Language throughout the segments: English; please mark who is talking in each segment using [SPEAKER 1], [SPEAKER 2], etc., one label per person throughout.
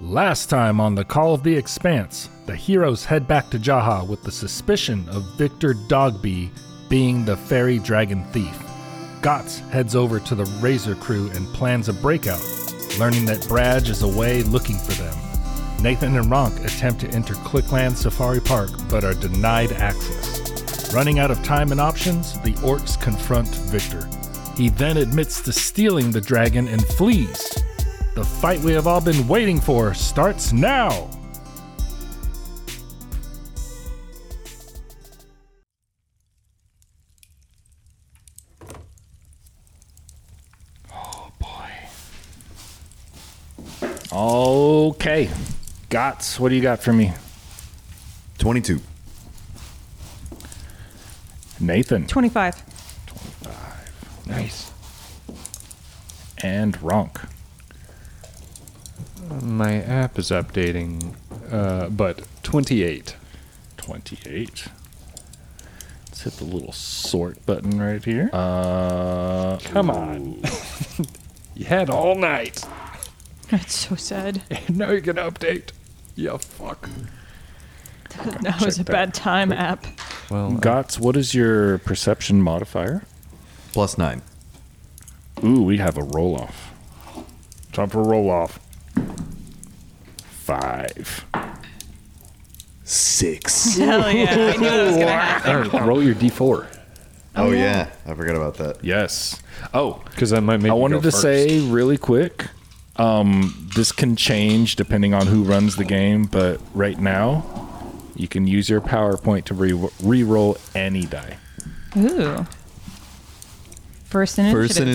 [SPEAKER 1] Last time on the Call of the Expanse, the heroes head back to Jaha with the suspicion of Victor Dogby being the fairy dragon thief. Gotz heads over to the Razor crew and plans a breakout, learning that Braj is away looking for them. Nathan and Ronk attempt to enter Clickland Safari Park but are denied access. Running out of time and options, the orcs confront Victor. He then admits to stealing the dragon and flees. The fight we have all been waiting for starts now! Oh, Okay. Gots, what do you got for me?
[SPEAKER 2] 22.
[SPEAKER 1] Nathan.
[SPEAKER 3] 25.
[SPEAKER 1] Nice. And Ronk.
[SPEAKER 4] My app is updating, uh, but 28.
[SPEAKER 1] 28. Let's hit the little sort button right here. Uh,
[SPEAKER 4] Come on. you had all night,
[SPEAKER 3] That's so sad.
[SPEAKER 4] and now you can update. Yeah, fuck.
[SPEAKER 3] that was a
[SPEAKER 1] check that
[SPEAKER 3] bad time app.
[SPEAKER 4] Well,
[SPEAKER 1] Gots, what is your perception modifier?
[SPEAKER 2] Plus 9.
[SPEAKER 1] Ooh, we have a roll off. Time for a roll off. Five.
[SPEAKER 2] Six.
[SPEAKER 3] Hell yeah. I knew that was gonna happen.
[SPEAKER 4] roll your d4.
[SPEAKER 2] Oh, yeah. I forgot about that.
[SPEAKER 1] Yes. Oh,
[SPEAKER 4] Because that might make
[SPEAKER 1] I
[SPEAKER 4] you
[SPEAKER 1] wanted
[SPEAKER 4] go
[SPEAKER 1] to
[SPEAKER 4] first.
[SPEAKER 1] say really quick. Um, this can change depending on who runs the game, but right now, you can use your PowerPoint to re- re-roll any die.
[SPEAKER 3] Ooh. First in
[SPEAKER 2] First
[SPEAKER 3] initiative.
[SPEAKER 2] an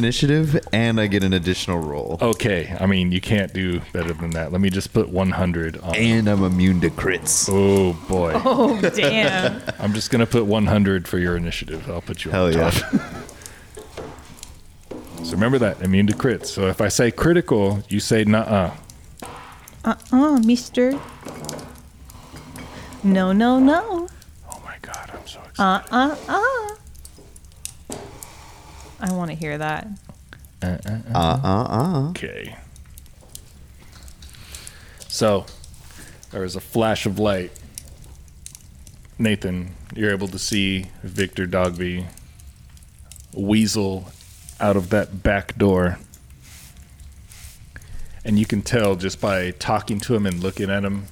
[SPEAKER 2] initiative, and I get an additional roll.
[SPEAKER 1] Okay, I mean you can't do better than that. Let me just put 100 on.
[SPEAKER 2] And I'm immune to crits.
[SPEAKER 1] Oh boy,
[SPEAKER 3] oh, damn.
[SPEAKER 1] I'm just gonna put 100 for your initiative. I'll put you.
[SPEAKER 2] Hell
[SPEAKER 1] on top.
[SPEAKER 2] yeah.
[SPEAKER 1] So remember that immune to crits. So if I say critical, you say nah.
[SPEAKER 3] Oh, mister. No, no, no.
[SPEAKER 1] Oh my god, I'm so excited.
[SPEAKER 3] Uh, uh, uh. I want to hear that.
[SPEAKER 2] Uh uh uh.
[SPEAKER 1] Okay. So there was a flash of light. Nathan, you're able to see Victor Dogby weasel out of that back door. And you can tell just by talking to him and looking at him,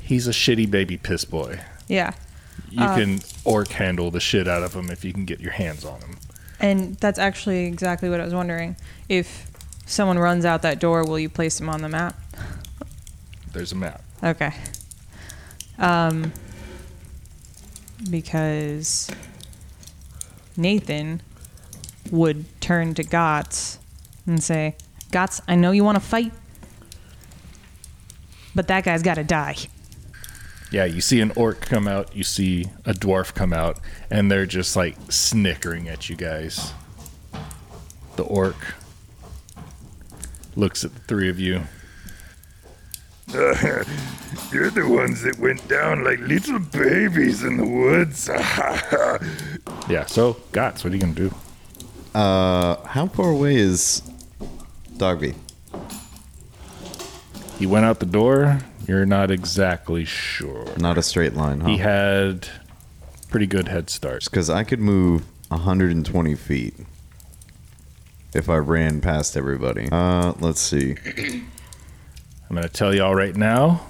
[SPEAKER 1] he's a shitty baby piss boy.
[SPEAKER 3] Yeah.
[SPEAKER 1] You can orc handle the shit out of him if you can get your hands on him.
[SPEAKER 3] And that's actually exactly what I was wondering. If someone runs out that door, will you place them on the map?
[SPEAKER 1] There's a map.
[SPEAKER 3] Okay. Um, because Nathan would turn to Gotts and say, Gotts, I know you want to fight, but that guy's got to die.
[SPEAKER 1] Yeah, you see an orc come out, you see a dwarf come out, and they're just like snickering at you guys. The orc looks at the three of you.
[SPEAKER 5] You're the ones that went down like little babies in the woods.
[SPEAKER 1] Yeah, so Gots, what are you gonna do?
[SPEAKER 2] Uh, how far away is Dogby?
[SPEAKER 1] He went out the door. You're not exactly sure.
[SPEAKER 2] Not a straight line,
[SPEAKER 1] He
[SPEAKER 2] huh?
[SPEAKER 1] had pretty good head start.
[SPEAKER 2] Because I could move 120 feet if I ran past everybody. Uh, let's see.
[SPEAKER 1] I'm gonna tell y'all right now.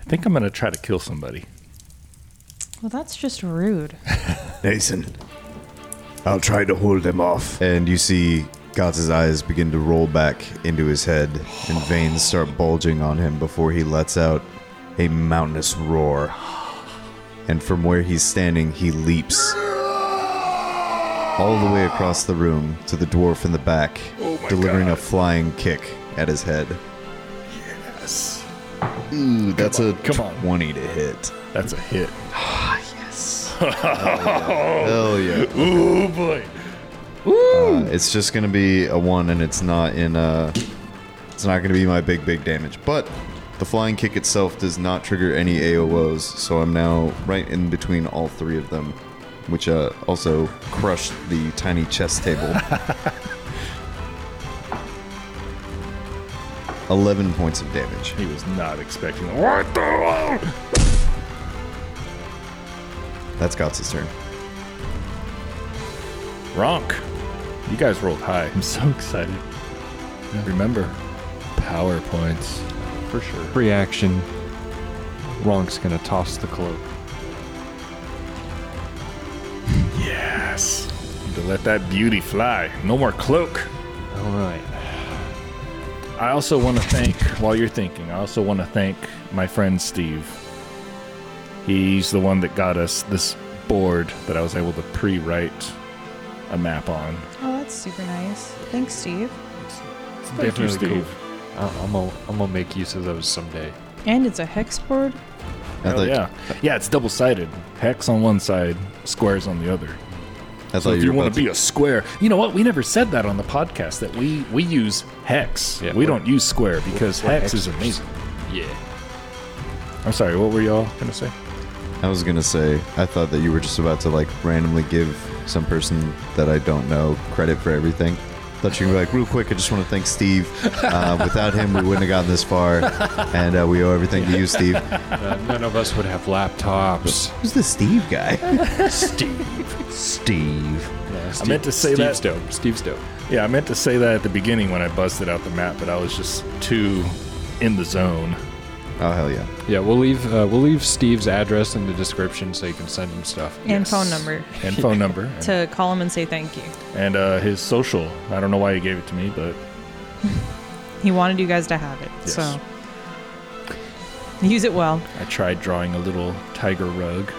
[SPEAKER 1] I think I'm gonna try to kill somebody.
[SPEAKER 3] Well, that's just rude.
[SPEAKER 5] Nathan, I'll try to hold them off.
[SPEAKER 2] And you see Gotz's eyes begin to roll back into his head, and veins start bulging on him before he lets out a mountainous roar. And from where he's standing, he leaps all the way across the room to the dwarf in the back,
[SPEAKER 1] Oh
[SPEAKER 2] delivering a flying kick at his head. Yes. Ooh, that's a
[SPEAKER 1] come on.
[SPEAKER 2] 20 to hit.
[SPEAKER 1] That's a hit.
[SPEAKER 2] Hell yeah.
[SPEAKER 1] Oh boy.
[SPEAKER 2] Uh, it's just gonna be a one, and it's not in uh It's not gonna be my big big damage, but the flying kick itself does not trigger any AOOs, so I'm now right in between all three of them, which uh also crushed the tiny chess table. 11 points of damage.
[SPEAKER 1] He was not expecting that.
[SPEAKER 5] What the hell?
[SPEAKER 2] That's Gotz's turn.
[SPEAKER 1] Ronk. You guys rolled high.
[SPEAKER 6] I'm so excited.
[SPEAKER 1] Remember, power points.
[SPEAKER 4] for sure.
[SPEAKER 1] Reaction. Ronk's gonna toss the cloak. Yes. Need to let that beauty fly. No more cloak.
[SPEAKER 4] All right.
[SPEAKER 1] I also want to thank, while you're thinking, I also want to thank my friend Steve. He's the one that got us this board that I was able to pre write a map on.
[SPEAKER 3] Oh, that's super nice. Thanks, Steve.
[SPEAKER 1] It's
[SPEAKER 4] Thank you, Steve. I, I'm gonna I'm gonna make use of those someday.
[SPEAKER 3] And it's a hex board.
[SPEAKER 2] I thought,
[SPEAKER 1] yeah. Yeah, it's double sided. Hex on one side, squares on the other.
[SPEAKER 2] I thought
[SPEAKER 1] So if you
[SPEAKER 2] were
[SPEAKER 1] want
[SPEAKER 2] about
[SPEAKER 1] to be a square, you know what? We never said that on the podcast that we we use hex.
[SPEAKER 4] Yeah,
[SPEAKER 1] we
[SPEAKER 4] we're-
[SPEAKER 1] don't use square because
[SPEAKER 4] we're
[SPEAKER 1] hex is
[SPEAKER 4] hexers.
[SPEAKER 1] amazing.
[SPEAKER 4] Yeah.
[SPEAKER 1] I'm sorry. What were y'all gonna say?
[SPEAKER 2] I was gonna say, I thought that you were just about to like randomly give some person that I don't know credit for everything. Thought you were like, real quick, I just want to thank Steve. Uh, without him, we wouldn't have gotten this far, and uh, we owe everything to you, Steve.
[SPEAKER 4] Uh, none of us would have laptops.
[SPEAKER 2] Who's the Steve guy?
[SPEAKER 1] Steve.
[SPEAKER 2] Steve.
[SPEAKER 4] Steve-
[SPEAKER 1] meant to say
[SPEAKER 4] Steve's
[SPEAKER 1] that-
[SPEAKER 4] dope. Steve's dope.
[SPEAKER 1] Yeah, I meant to say that at the beginning when I busted out the map, but I was just too in the zone.
[SPEAKER 2] Oh hell yeah!
[SPEAKER 4] Yeah, we'll leave uh, we'll leave Steve's address in the description so you can send him stuff.
[SPEAKER 3] And phone number.
[SPEAKER 1] And phone number and,
[SPEAKER 3] To call him and say thank you.
[SPEAKER 1] and, uh, his social. I don't know why he gave it to me, but
[SPEAKER 3] He wanted you guys to have it.
[SPEAKER 1] Yes.
[SPEAKER 3] So use it well.
[SPEAKER 1] I tried drawing a little tiger rug.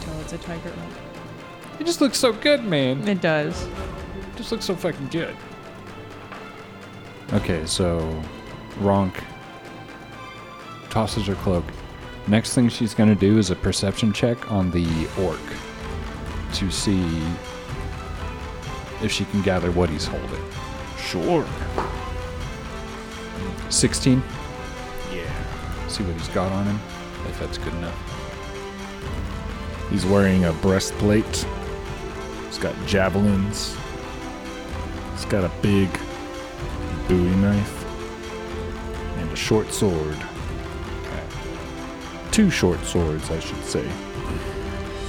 [SPEAKER 3] Until it's a tiger.
[SPEAKER 4] It just looks so good, man.
[SPEAKER 3] It does.
[SPEAKER 4] It just looks so fucking good. Okay, so Ronk tosses her cloak. Next thing she's gonna do is a perception check on the orc to see if she can gather what he's holding.
[SPEAKER 1] Sure.
[SPEAKER 4] 16.
[SPEAKER 1] Yeah.
[SPEAKER 4] See what he's got on him. If that's good enough.
[SPEAKER 1] He's wearing a breastplate. He's got javelins. He's got a big Bowie knife and a short sword. Uh, Two short swords, I should say.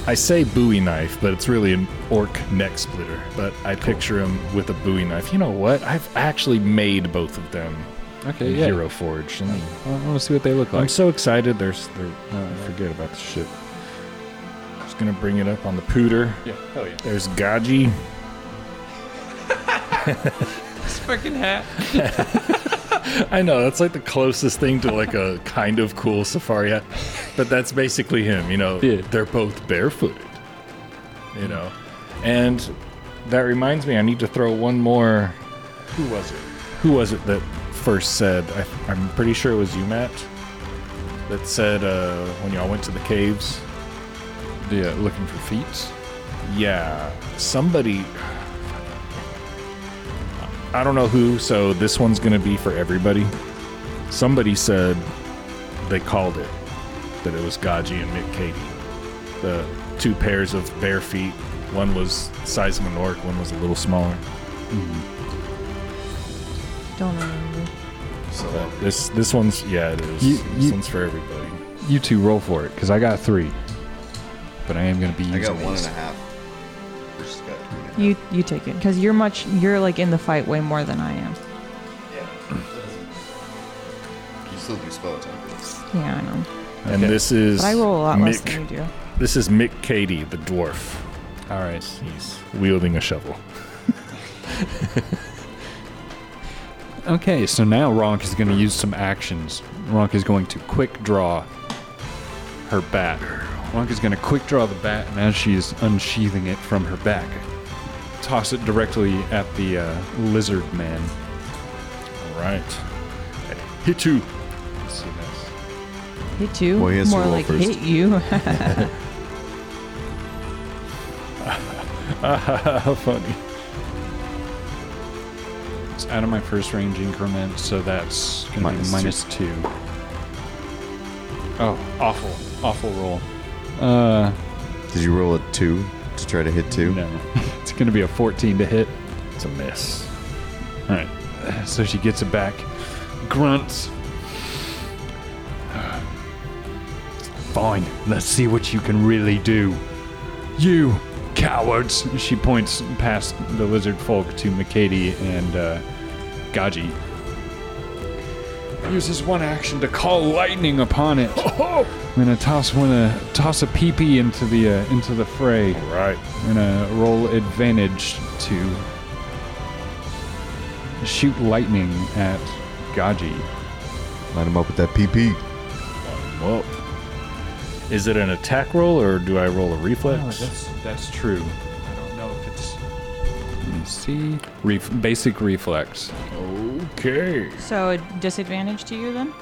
[SPEAKER 1] I say Bowie knife, but it's really an orc neck splitter. But I picture him with a Bowie knife. You know what? I've actually made both of them
[SPEAKER 4] Okay,
[SPEAKER 1] in
[SPEAKER 4] yeah.
[SPEAKER 1] Hero Forge. And
[SPEAKER 4] I want to see what they look
[SPEAKER 1] I'm
[SPEAKER 4] like.
[SPEAKER 1] so excited. There's, there, I forget about the shit. Just gonna bring it up on the pooter.
[SPEAKER 4] Yeah, hell yeah.
[SPEAKER 1] There's Gaji.
[SPEAKER 4] This fucking hat.
[SPEAKER 1] I know that's like the closest thing to like a kind of cool safari hat, but that's basically him. You know,
[SPEAKER 4] Yeah.
[SPEAKER 1] they're both barefooted. You know, and that reminds me, I need to throw one more. Who was it? Who was it that first said? I, I'm pretty sure it was you, Matt. That said, uh, when y'all went to the caves,
[SPEAKER 4] Yeah, looking for feet.
[SPEAKER 1] Yeah, somebody. I don't know who, so this one's going to be for everybody. Somebody said they called it that it was Gaji and Nick Katie. The two pairs of bare feet. One was size of an orc, one was a little smaller.
[SPEAKER 3] Don't remember.
[SPEAKER 1] So that, this this one's yeah, it is.
[SPEAKER 4] You-
[SPEAKER 1] this
[SPEAKER 4] you-
[SPEAKER 1] one's for everybody.
[SPEAKER 4] You two roll for it, because I got three. But I am going to be
[SPEAKER 2] I
[SPEAKER 4] using
[SPEAKER 2] got one
[SPEAKER 4] these.
[SPEAKER 2] and a half. We just got three and a half.
[SPEAKER 3] You you take it because you're much you're like in the fight way more than I am.
[SPEAKER 2] You still do spell attack.
[SPEAKER 3] Yeah, I know.
[SPEAKER 1] And this is
[SPEAKER 3] But I roll a lot
[SPEAKER 1] Mick,
[SPEAKER 3] less than you do.
[SPEAKER 1] This is Mick Katie, the dwarf.
[SPEAKER 4] All right.
[SPEAKER 1] He's wielding a shovel.
[SPEAKER 4] Okay, so now Ronk is going to use some actions. Ronk is going to quick draw her bat. Ronk is going to quick draw the bat, and as she is unsheathing it from her back, toss it directly at the uh, lizard man.
[SPEAKER 1] All right. Hit you.
[SPEAKER 4] Let's see this.
[SPEAKER 3] Hit you.
[SPEAKER 2] Well, he has to
[SPEAKER 3] more
[SPEAKER 2] roll
[SPEAKER 3] like
[SPEAKER 2] first.
[SPEAKER 3] hit you.
[SPEAKER 1] How funny.
[SPEAKER 4] It's out of my first range increment, so that's going to be
[SPEAKER 2] Minus two.
[SPEAKER 4] minus two. Oh, awful, awful roll. Uh,
[SPEAKER 2] Did you roll a two to try to hit two?
[SPEAKER 4] no, it's going to be a 14 to hit.
[SPEAKER 1] It's a miss.
[SPEAKER 4] All right. So she gets it back. grunts. Fine, let's see what you can really do. You cowards! She points past the lizard folk to Makati and uh, Gaji. Uses one action to call lightning upon it. I'm gonna toss one, uh, toss a peepee into the uh, into the fray.
[SPEAKER 1] Right.
[SPEAKER 4] I'm gonna roll advantage to shoot lightning at Gaji.
[SPEAKER 2] Line him up with that PP.
[SPEAKER 1] Well, is it an attack roll or do I roll a reflex?
[SPEAKER 4] Oh, that's true. I don't know if it's. Let me see. Ref- basic reflex.
[SPEAKER 1] okay.
[SPEAKER 3] So a disadvantage to you then?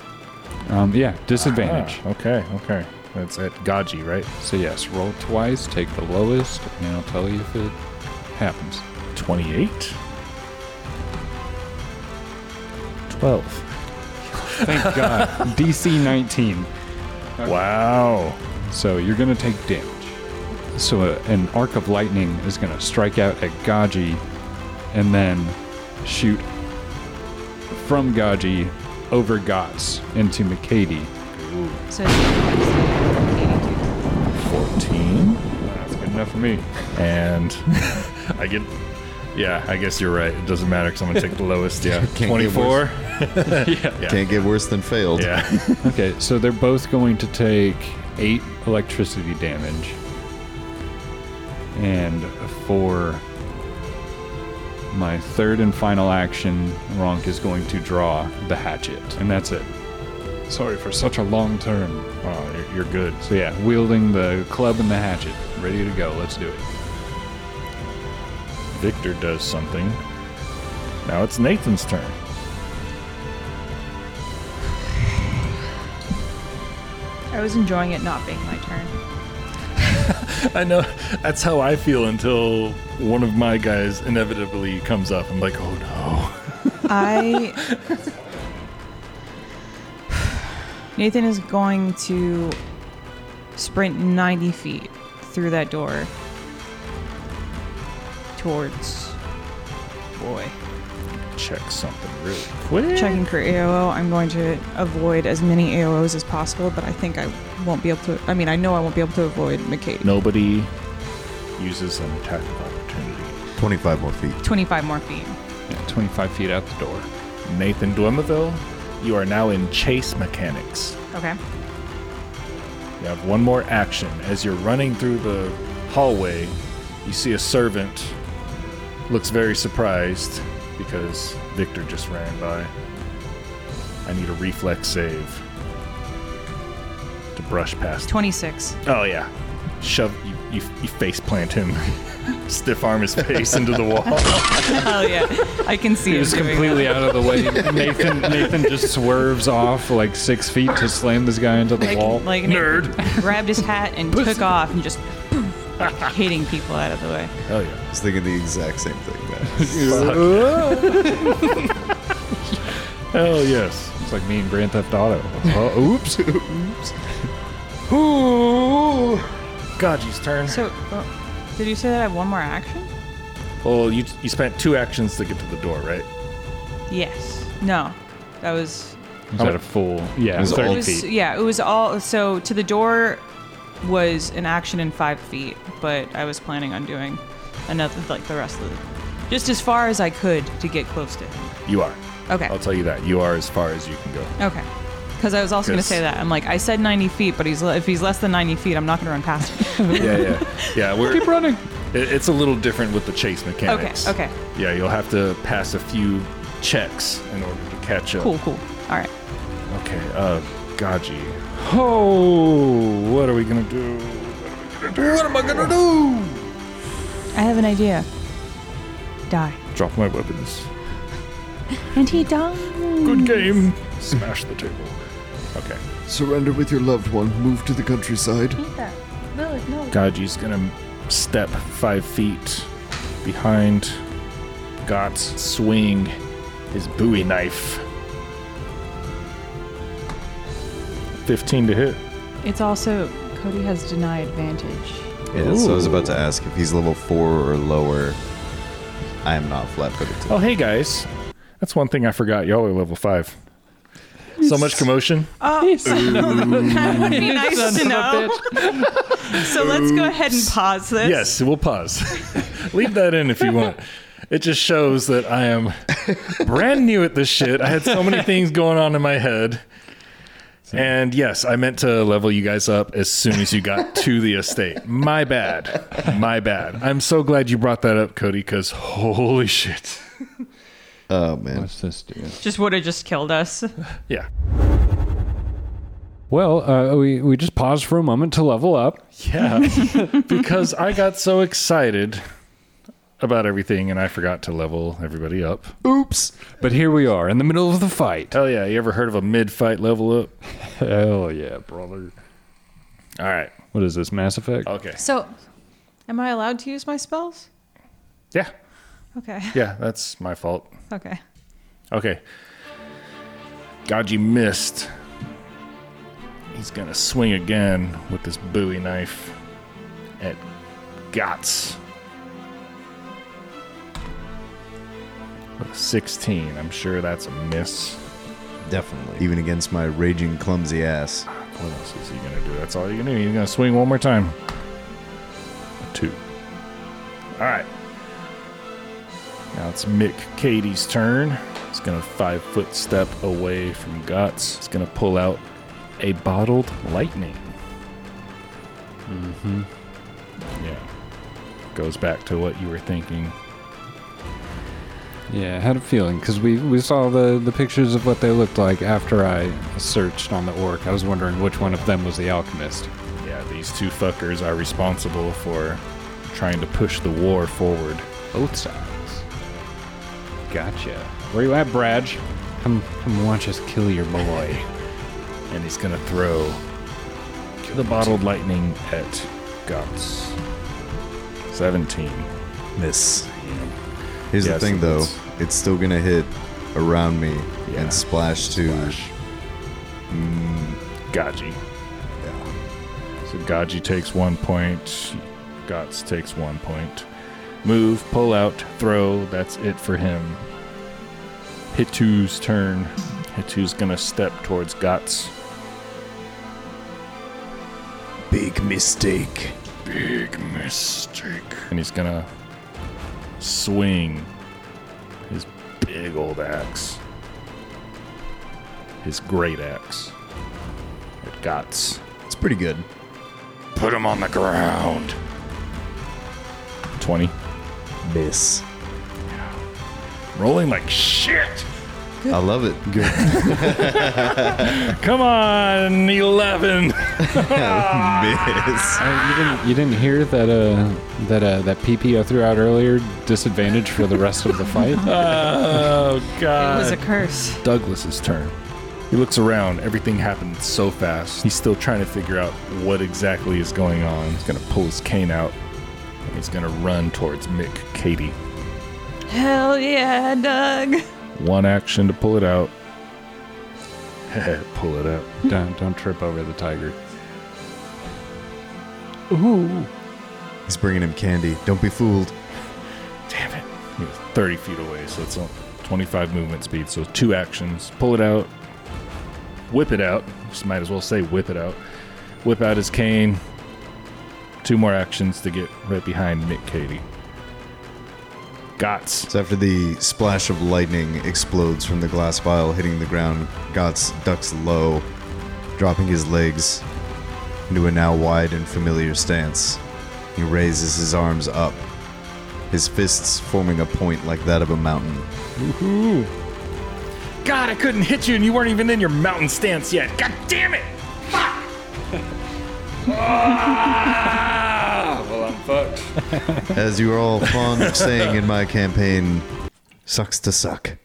[SPEAKER 4] Um, yeah, disadvantage.
[SPEAKER 1] Ah, okay, okay. That's at Gaji, right?
[SPEAKER 4] So yes, roll twice, take the lowest, and I'll tell you if it happens.
[SPEAKER 1] 28? 12.
[SPEAKER 4] Thank God. DC 19.
[SPEAKER 1] Wow.
[SPEAKER 4] So you're gonna take damage. So uh, an arc of lightning is gonna strike out at Gaji, and then shoot from Gaji over Gots into Mikati.
[SPEAKER 3] So it's eighty-two.
[SPEAKER 1] 14?
[SPEAKER 4] That's good enough for me.
[SPEAKER 1] And I get. Yeah, I guess you're right. It doesn't matter because I'm going to take the lowest. Yeah.
[SPEAKER 2] get
[SPEAKER 1] 24?
[SPEAKER 2] Can't get worse than failed.
[SPEAKER 1] Yeah.
[SPEAKER 4] Okay, so they're both going to take eight electricity damage. And for my third and final action, Ronk is going to draw the hatchet. And that's it. Sorry for such a long turn.
[SPEAKER 1] oh, you're- you're good.
[SPEAKER 4] So, yeah, wielding the club and the hatchet. Ready to go. Let's do it.
[SPEAKER 1] Victor does something. Now it's Nathan's turn.
[SPEAKER 3] I was enjoying it not being my turn.
[SPEAKER 1] I know that's how I feel until one of my guys inevitably comes up. I'm like, oh no.
[SPEAKER 3] I. Nathan is going to sprint 90 feet through that door towards. Boy.
[SPEAKER 1] Check something really quick.
[SPEAKER 3] Checking for AOO. I'm going to avoid as many AOOs as possible, but I think I won't be able to. I mean, I know I won't be able to avoid McCabe.
[SPEAKER 1] Nobody uses an attack of opportunity.
[SPEAKER 2] 25 more feet.
[SPEAKER 3] 25 more feet.
[SPEAKER 4] Yeah, 25 feet out the door.
[SPEAKER 1] Nathan Dwemerville, you are now in chase mechanics.
[SPEAKER 3] Okay.
[SPEAKER 1] You have one more action. As you're running through the hallway, you see a servant looks very surprised because Victor just ran by. I need a reflex save to brush past.
[SPEAKER 3] 26.
[SPEAKER 1] Oh yeah, shove you you, you face plant him, stiff arm his face into the wall.
[SPEAKER 3] Hell yeah. I can see
[SPEAKER 4] He
[SPEAKER 3] it.
[SPEAKER 4] was completely out of the way. Nathan Nathan just swerves off like six feet to slam this guy into the wall.
[SPEAKER 3] Like nerd. grabbed his hat and took off and just like, hitting people out of the way.
[SPEAKER 1] Hell yeah.
[SPEAKER 2] I was thinking the exact same thing, man.
[SPEAKER 1] Hell Oh, yes.
[SPEAKER 4] It's like me and Grand Theft Auto. Oh, oops.
[SPEAKER 1] Gaji's turn.
[SPEAKER 3] So, uh, did you say that I have one more action?
[SPEAKER 1] Well, Oh, you you spent two actions to get to the door, right?
[SPEAKER 3] Yes. No. That was.
[SPEAKER 4] Is that a full? Yeah,
[SPEAKER 2] was
[SPEAKER 3] It
[SPEAKER 2] all
[SPEAKER 4] thirty
[SPEAKER 3] was
[SPEAKER 4] feet.
[SPEAKER 3] yeah. It was all. So to the door was an action in five feet, but I was planning on doing another like the rest of the, just as far as I could to get close to him.
[SPEAKER 1] You are.
[SPEAKER 3] Okay.
[SPEAKER 1] I'll tell you that. You are as far as you can go.
[SPEAKER 3] Okay. Because I was also going to
[SPEAKER 1] 'Cause-
[SPEAKER 3] say that I'm like I said 90 feet, but he's le- if he's less than 90 feet, I'm not going to run past him.
[SPEAKER 1] yeah, yeah, yeah. We're,
[SPEAKER 4] Keep running.
[SPEAKER 1] it- it's a little different with the chase mechanics.
[SPEAKER 3] okay.
[SPEAKER 1] Yeah, you'll have to pass a few checks in order to catch up.
[SPEAKER 3] Cool, cool. All right.
[SPEAKER 1] Okay. Uh, Gaji. Oh, what are we gonna do? What am I gonna do?
[SPEAKER 3] I have an idea. Die.
[SPEAKER 1] Drop my weapons.
[SPEAKER 3] And he died.
[SPEAKER 1] Good game. Smash the table. Okay.
[SPEAKER 2] Surrender with your loved one. Move to the countryside.
[SPEAKER 1] Gaji's gonna step five feet behind Gots, swing his Bowie knife. 15 to hit.
[SPEAKER 3] It's also Cody has deny advantage.
[SPEAKER 2] Yeah, so I was about to ask if he's level 4 or lower. I am not flat footed.
[SPEAKER 1] Oh, hey guys. That's one thing I forgot. Y'all are level 5. So much commotion.
[SPEAKER 3] That would be nice to know. So let's go ahead and pause this.
[SPEAKER 1] Yes, we'll pause. Leave that in if you want. It just shows that I am brand new at this shit. I had so many things going on in my head. And yes, I meant to level you guys up as soon as you got to the estate. My bad. My bad. I'm so glad you brought that up, Cody, because holy shit.
[SPEAKER 2] Oh man.
[SPEAKER 4] What's this do?
[SPEAKER 3] Just would have just killed us.
[SPEAKER 1] Yeah.
[SPEAKER 4] Well, uh, we we just paused for a moment to level up.
[SPEAKER 1] Yeah. because I got so excited about everything and I forgot to level everybody up.
[SPEAKER 2] Oops.
[SPEAKER 4] But here we are in the middle of the fight.
[SPEAKER 1] Hell yeah. You ever heard of a mid fight level up?
[SPEAKER 4] Hell yeah, brother.
[SPEAKER 1] All right.
[SPEAKER 4] What is this, Mass Effect?
[SPEAKER 1] Okay.
[SPEAKER 3] So, am I allowed to use my spells?
[SPEAKER 1] Yeah.
[SPEAKER 3] Okay.
[SPEAKER 1] Yeah, that's my fault.
[SPEAKER 3] Okay.
[SPEAKER 1] Okay. God, you missed. He's gonna swing again with this Bowie knife at Gots. With a 16, I'm sure that's a miss.
[SPEAKER 2] Definitely. Even against my raging clumsy ass.
[SPEAKER 1] What else is he gonna do? That's all you can do. He's gonna swing one more time. A two. All right. Now it's Mick Katie's turn. He's gonna five foot step away from Guts. He's gonna pull out a bottled lightning. Mm-hmm. Yeah. Goes back to what you were thinking.
[SPEAKER 4] Yeah, I had a feeling because we, we saw the, the pictures of what they looked like after I searched on the orc. I was wondering which one of them was the alchemist.
[SPEAKER 1] Yeah, these two fuckers are responsible for trying to push the war forward.
[SPEAKER 4] Both sides. Gotcha. Where you at, Bradge? Come, come watch us kill your boy.
[SPEAKER 1] and he's gonna throw the bottled lightning at Guts. 17.
[SPEAKER 2] Miss. Here's
[SPEAKER 1] Yeah,
[SPEAKER 2] the
[SPEAKER 1] so
[SPEAKER 2] thing, though.
[SPEAKER 1] that's-
[SPEAKER 2] It's still gonna hit around me
[SPEAKER 1] Yeah.
[SPEAKER 2] and splash to.
[SPEAKER 1] Gaji. So Gaji takes one point, Guts takes one point. Move, pull out, throw, that's it for him. Hitu's turn. Hitu's gonna step towards Guts.
[SPEAKER 2] Big mistake.
[SPEAKER 1] Big mistake. And he's gonna swing his big old axe, his great axe. It gots.
[SPEAKER 2] It's pretty good.
[SPEAKER 1] Put him on the ground. 20.
[SPEAKER 2] Miss.
[SPEAKER 1] Rolling like shit.
[SPEAKER 2] I love it.
[SPEAKER 1] Come on, 11.
[SPEAKER 2] Miss.
[SPEAKER 4] Uh, you didn't you didn't hear that uh that uh that PP I threw out earlier disadvantage for the rest of the fight?
[SPEAKER 1] Oh,
[SPEAKER 3] It
[SPEAKER 1] God.
[SPEAKER 3] was a curse.
[SPEAKER 1] Douglas's turn. He looks around. Everything happened so fast. He's still trying to figure out what exactly is going on. He's going to pull his cane out and he's going to run towards Mick Katie.
[SPEAKER 3] Hell yeah, Doug.
[SPEAKER 1] One action to pull it out. pull it out.
[SPEAKER 4] don't don't trip over the tiger.
[SPEAKER 2] He's bringing him candy. Don't be fooled.
[SPEAKER 1] Damn it. He was 30 feet away, so it's a 25 movement speed. So two actions. Pull it out. Whip it out. Just might as well say whip it out. Whip out his cane. Two more actions to get right behind Mick Katie. Gots.
[SPEAKER 2] So after the splash of lightning explodes from the glass vial hitting the ground, Gotz ducks low, dropping his legs into a now wide and familiar stance. He raises his arms up, his fists forming a point like that of a mountain.
[SPEAKER 1] God, I couldn't hit you, and you weren't even in your mountain stance yet. God damn it! Fuck! ah, well, I'm fucked.
[SPEAKER 2] As you are all fond of saying in my campaign, sucks to suck.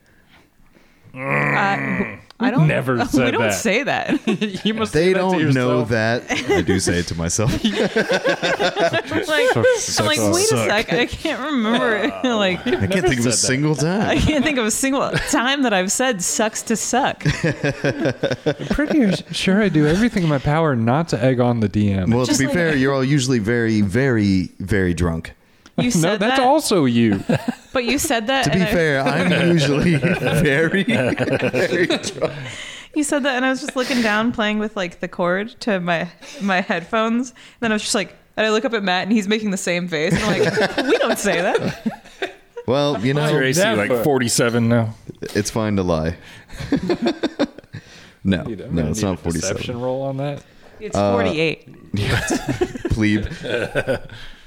[SPEAKER 3] I, I don't.
[SPEAKER 4] never
[SPEAKER 3] Oh, we
[SPEAKER 4] said
[SPEAKER 3] don't
[SPEAKER 4] that.
[SPEAKER 3] say that.
[SPEAKER 4] you must
[SPEAKER 2] They don't know that. I do say it to myself.
[SPEAKER 3] like, I'm like,
[SPEAKER 4] suck.
[SPEAKER 3] wait a sec. I can't remember. like,
[SPEAKER 2] I can't think of a single
[SPEAKER 3] I
[SPEAKER 2] time.
[SPEAKER 3] can't think of a single time that I've said "sucks to suck."
[SPEAKER 4] Pretty sure I do everything in my power not to egg on the DM.
[SPEAKER 2] Well, to
[SPEAKER 3] Just
[SPEAKER 2] be
[SPEAKER 3] like-
[SPEAKER 2] fair, you're all usually very, very, very drunk.
[SPEAKER 3] You said
[SPEAKER 4] no, that's
[SPEAKER 3] that,
[SPEAKER 4] also you.
[SPEAKER 3] but you said that.
[SPEAKER 2] To be
[SPEAKER 3] and I-
[SPEAKER 2] fair, I'm usually very, very drunk.
[SPEAKER 3] You said that, and I was just looking down, playing with like the cord to my my headphones. And then I was just like, and I look up at Matt, and he's making the same face. And I'm like, we don't say that.
[SPEAKER 2] Well, you know,
[SPEAKER 1] Your AC
[SPEAKER 4] that
[SPEAKER 1] like
[SPEAKER 4] part.
[SPEAKER 1] 47 now.
[SPEAKER 2] it's fine to lie. no,
[SPEAKER 4] Dude, I'm
[SPEAKER 2] no,
[SPEAKER 4] gonna
[SPEAKER 2] it's
[SPEAKER 4] need
[SPEAKER 2] not
[SPEAKER 4] a Deception
[SPEAKER 2] 47.
[SPEAKER 4] roll on that.
[SPEAKER 3] It's 48.
[SPEAKER 7] Uh,
[SPEAKER 2] Plebe.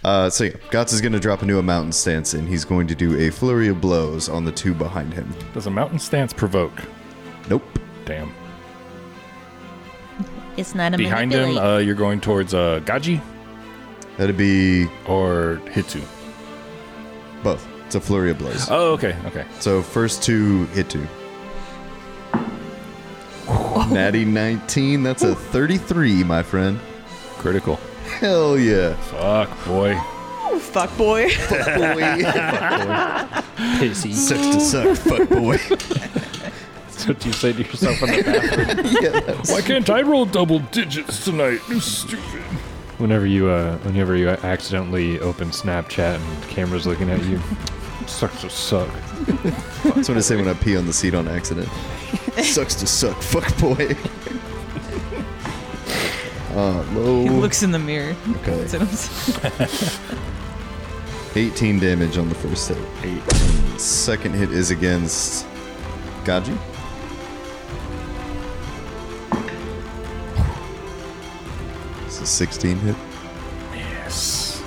[SPEAKER 2] Uh, so yeah, Gotz is going to drop into a mountain stance, and he's going to do a flurry of blows on the two behind him.
[SPEAKER 1] Does a mountain stance provoke?
[SPEAKER 2] Nope.
[SPEAKER 1] Damn.
[SPEAKER 7] It's not a
[SPEAKER 1] Behind him,
[SPEAKER 7] manipulate.
[SPEAKER 1] uh, you're going towards uh, Gaji
[SPEAKER 2] That'd be
[SPEAKER 1] or Hitsu.
[SPEAKER 2] both. It's a flurry of
[SPEAKER 4] Uh.
[SPEAKER 2] blows.
[SPEAKER 1] Oh, okay, okay.
[SPEAKER 2] So first two hit two. Natty 19, that's a 33, my friend.
[SPEAKER 1] Critical.
[SPEAKER 2] Hell yeah.
[SPEAKER 1] Fuck, boy. uh,
[SPEAKER 3] Oh, fuck boy.
[SPEAKER 2] Sucks to suck, fuck boy.
[SPEAKER 4] So do you say to yourself in the bathroom
[SPEAKER 1] Why can't I roll double digits tonight? You stupid.
[SPEAKER 4] whenever you uh, whenever you accidentally open Snapchat and camera's looking at you? Sucks to suck.
[SPEAKER 2] That's what I say when I pee on the seat on accident. Sucks to suck, fuck boy. Uh, low.
[SPEAKER 3] He looks in the mirror.
[SPEAKER 2] Okay.
[SPEAKER 3] That's what I'm saying.
[SPEAKER 2] 18 damage on the first hit. Second hit is against Gaji. It's a 16 hit.
[SPEAKER 1] Yes.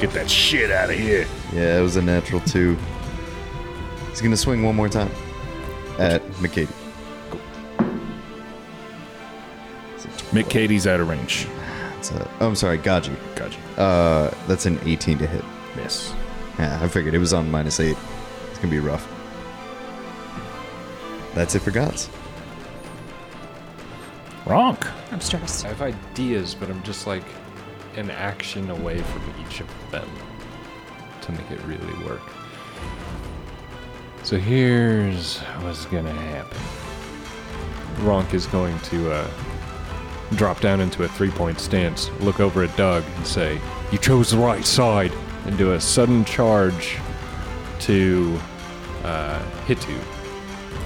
[SPEAKER 1] Get that shit out of here.
[SPEAKER 2] Yeah, it was a natural two. He's gonna swing one more time at McCady.
[SPEAKER 1] Mick Katie's out of range.
[SPEAKER 2] That's a, oh, I'm sorry, Gaji.
[SPEAKER 1] Gaji.
[SPEAKER 2] Uh, that's an 18 to hit.
[SPEAKER 1] Yes.
[SPEAKER 2] Yeah, I figured it was on minus eight. It's gonna be rough. That's it for Gods.
[SPEAKER 1] Ronk.
[SPEAKER 3] I'm stressed.
[SPEAKER 4] I have ideas, but I'm just like an action away from each of them to make it really work. So here's what's gonna happen. Ronk is going to uh, drop down into a three-point stance, look over at Doug, and say, "You chose the right side," and do a sudden charge to uh, Hitu.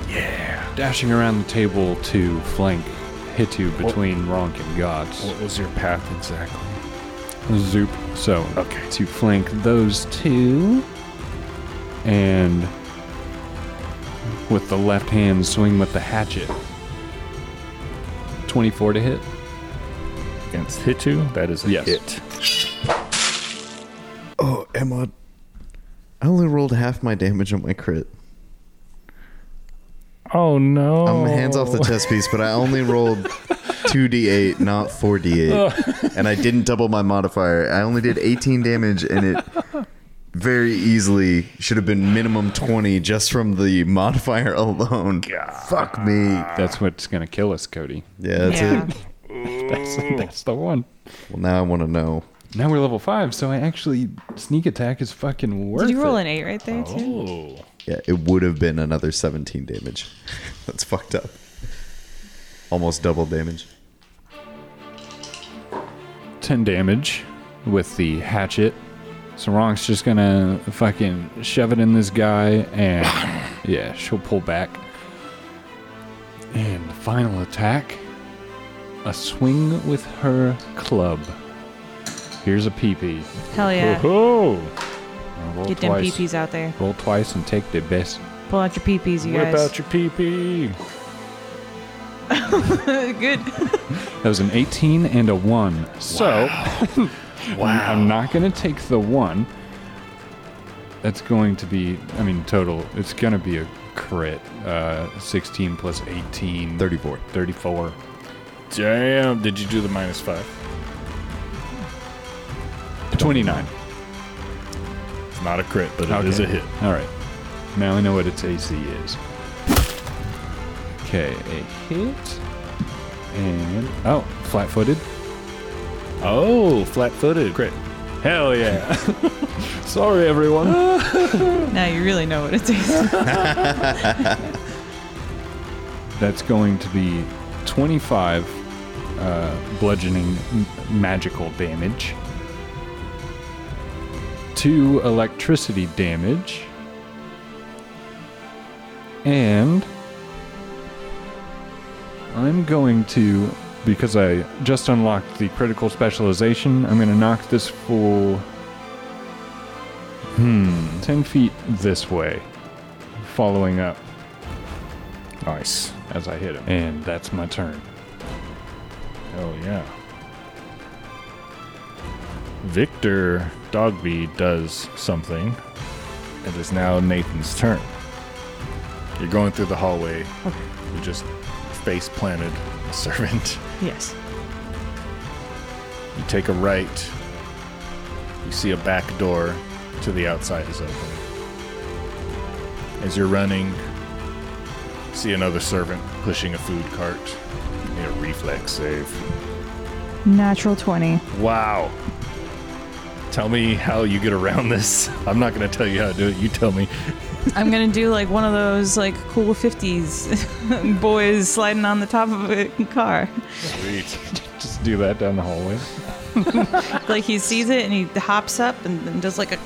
[SPEAKER 4] Yeah. Dashing around the table to flank Hitu between Ronk and Gods.
[SPEAKER 1] What was your path exactly?
[SPEAKER 4] Zoop. So okay. to flank those two, and with the left hand, swing with the hatchet. Twenty-four to hit.
[SPEAKER 1] Against Hitu, that is a
[SPEAKER 4] Yes.
[SPEAKER 1] hit.
[SPEAKER 2] Oh, Emma. I only rolled half my damage on my crit.
[SPEAKER 1] Oh no.
[SPEAKER 2] I'm hands off the chess piece, but I only rolled 2d8, not 4d8. And I didn't double my modifier. I only did 18 damage, and it very easily should have been minimum 20 just from the modifier alone. Fuck me.
[SPEAKER 4] That's what's gonna kill us, Cody.
[SPEAKER 2] Yeah, that's
[SPEAKER 3] yeah.
[SPEAKER 2] it.
[SPEAKER 4] That's, that's the one.
[SPEAKER 2] Well, now I want to know.
[SPEAKER 4] Now we're level five, so I actually sneak attack is fucking worth
[SPEAKER 3] Did you roll
[SPEAKER 4] it.
[SPEAKER 3] an eight right there too?
[SPEAKER 1] Oh.
[SPEAKER 2] Yeah, it would have been another 17 damage. That's fucked up. Almost double damage.
[SPEAKER 4] ten damage with the hatchet. So Ronk's just gonna fucking shove it in this guy, and yeah, she'll pull back. And final attack, a swing with her club. Here's a PP.
[SPEAKER 3] Hell yeah.
[SPEAKER 1] Oh.
[SPEAKER 4] Roll
[SPEAKER 3] Get them
[SPEAKER 4] twice.
[SPEAKER 3] peepees out there.
[SPEAKER 4] Roll twice and take the best.
[SPEAKER 3] Pull out your peepees, you
[SPEAKER 1] Whip
[SPEAKER 3] guys.
[SPEAKER 1] out your PP.
[SPEAKER 3] Good.
[SPEAKER 4] That was an 18 and a one. So
[SPEAKER 1] Wow.
[SPEAKER 4] I'm not gonna take the one. That's going to be, I mean, total. It's gonna be a crit. Uh, 16 plus 18,
[SPEAKER 2] 34.
[SPEAKER 4] 34.
[SPEAKER 1] Damn. Did you do the minus five?
[SPEAKER 4] 29.
[SPEAKER 1] It's not a crit, but it is
[SPEAKER 4] Okay.
[SPEAKER 1] a hit.
[SPEAKER 4] All right. Now I know what its AC is. Okay, a hit. And, oh, flat footed.
[SPEAKER 1] Oh, flat-footed. Crit.
[SPEAKER 4] Hell yeah. Sorry, everyone.
[SPEAKER 3] Now you really know what it tastes.
[SPEAKER 4] That's going to be 25 uh, bludgeoning m- magical damage, 2 electricity damage, and I'm going to, because I just unlocked the critical specialization, I'm going to knock this fool. Hmm. 10 feet this way, following up
[SPEAKER 1] Nice.
[SPEAKER 4] as I hit him. And that's my turn.
[SPEAKER 1] Hell yeah. Victor Dogby does something. It is now Nathan's turn. You're going through the hallway. You just face planted a servant.
[SPEAKER 3] Yes.
[SPEAKER 1] You take a right. You see a back door to the outside is open. As you're running, you see another servant pushing a food cart. Give me a reflex save.
[SPEAKER 3] Natural 20.
[SPEAKER 1] Wow. Tell me how you get around this. I'm not going to tell you how to do it. You tell me.
[SPEAKER 3] I'm gonna do like one of those like cool 50s boys sliding on the top of a car.
[SPEAKER 1] Sweet.
[SPEAKER 4] Just do that down the hallway.
[SPEAKER 3] Like he sees it and he hops up and, and does like a,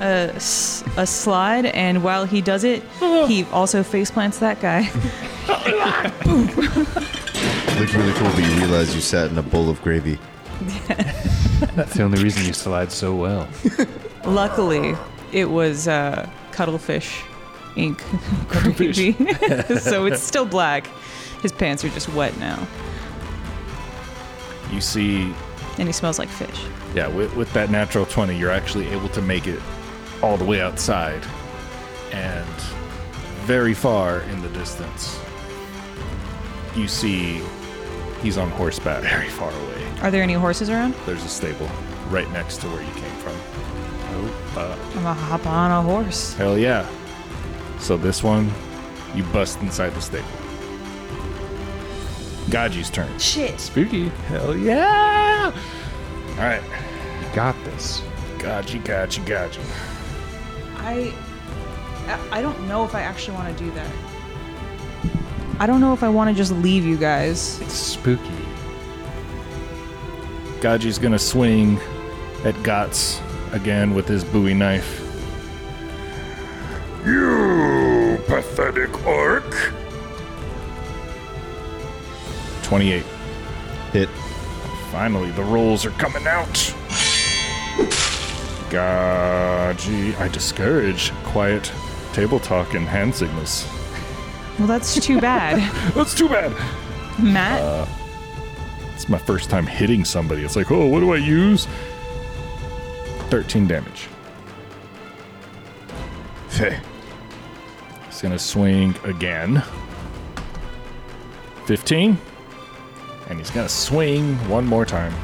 [SPEAKER 3] a s- a slide. And while he does it, he also face plants that guy.
[SPEAKER 2] It looked really cool, but you realize you sat in a bowl of gravy.
[SPEAKER 4] That's the only reason you slide so well.
[SPEAKER 3] Luckily, it was uh, cuttlefish ink gravy, so it's still black. His pants are just wet now,
[SPEAKER 1] You see,
[SPEAKER 3] and he smells like fish.
[SPEAKER 1] yeah, with, with that natural 20, you're actually able to make it all the way outside and very far in the distance. You see, he's on horseback very far away.
[SPEAKER 3] Are there any horses around?
[SPEAKER 1] There's a stable right next to where you came from. Oh, uh,
[SPEAKER 3] I'm gonna hop on a horse.
[SPEAKER 1] Hell yeah. So this one, you bust inside the stable. Gaji's turn.
[SPEAKER 3] Shit.
[SPEAKER 4] Spooky.
[SPEAKER 1] Hell yeah! Alright.
[SPEAKER 4] You got this.
[SPEAKER 1] Gaji, Gaji, Gaji.
[SPEAKER 3] I, I- I don't know if I actually want to do that. I don't know if I want to just leave you guys.
[SPEAKER 4] It's spooky.
[SPEAKER 1] Gaji's gonna swing at Gots again with his bowie knife.
[SPEAKER 5] You pathetic orc.
[SPEAKER 1] 28.
[SPEAKER 2] Hit.
[SPEAKER 1] Finally, the rolls are coming out. Gaji. I discourage quiet table talk and hand signals.
[SPEAKER 3] Well, that's too bad,
[SPEAKER 1] That's too bad!
[SPEAKER 3] Matt.
[SPEAKER 1] It's my first time hitting somebody. It's like, oh, what do I use? 13 damage. Heh. It's going to swing again. 15. And he's going to swing one more time.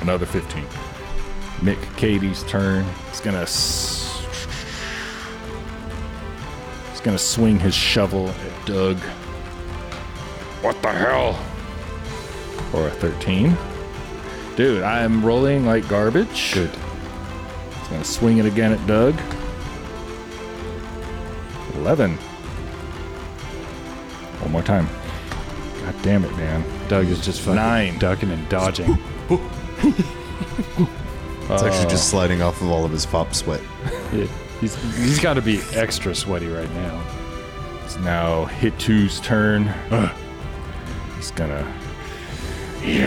[SPEAKER 1] Another 15. Nick Katie's turn. He's going to. S- he's going to swing his shovel at Doug. What the hell? or a 13. Dude, I'm rolling like garbage. Good. It's gonna swing it again at Doug. 11. One more time. God damn it, man.
[SPEAKER 4] Doug is just fucking
[SPEAKER 1] Nine.
[SPEAKER 4] ducking and dodging.
[SPEAKER 2] It's actually just sliding off of all of his pop sweat.
[SPEAKER 4] Yeah, he's he's got to be extra sweaty right now.
[SPEAKER 1] It's now hit two's turn. He's gonna. He's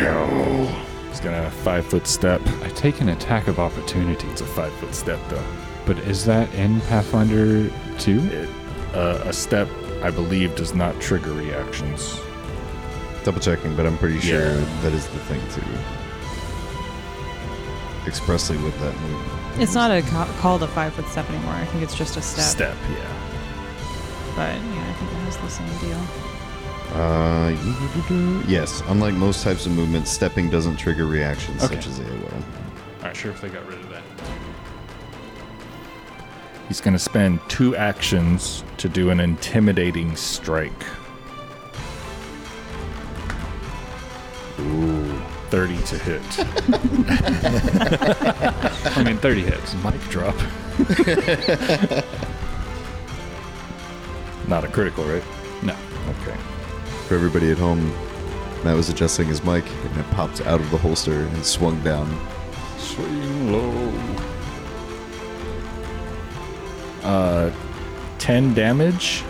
[SPEAKER 1] gonna five foot step.
[SPEAKER 4] I take an attack of opportunity,
[SPEAKER 1] It's a five foot step though.
[SPEAKER 4] but is that in Pathfinder 2?
[SPEAKER 1] It, uh, a step, I believe, does not trigger reactions.
[SPEAKER 2] Double checking, but I'm pretty sure
[SPEAKER 1] Yeah.
[SPEAKER 2] that is the thing to expressly with that move.
[SPEAKER 3] It's not a co- called a five foot step anymore. I think it's just a step.
[SPEAKER 1] Step, yeah.
[SPEAKER 3] But yeah, I think it has the same deal.
[SPEAKER 2] Uh, yes, unlike most types of movement, stepping doesn't trigger reactions
[SPEAKER 4] Okay.
[SPEAKER 2] such as AOL.
[SPEAKER 4] I'm not sure if they got rid of that.
[SPEAKER 1] He's going to spend two actions to do an intimidating strike. Ooh, 30 to hit.
[SPEAKER 4] I mean, 30 hits.
[SPEAKER 1] Mic drop. Not a critical, right?
[SPEAKER 4] No.
[SPEAKER 1] Okay.
[SPEAKER 2] For everybody at home, Matt was adjusting his mic and it popped out of the holster and swung down.
[SPEAKER 4] Swing low.
[SPEAKER 1] Uh, 10 damage,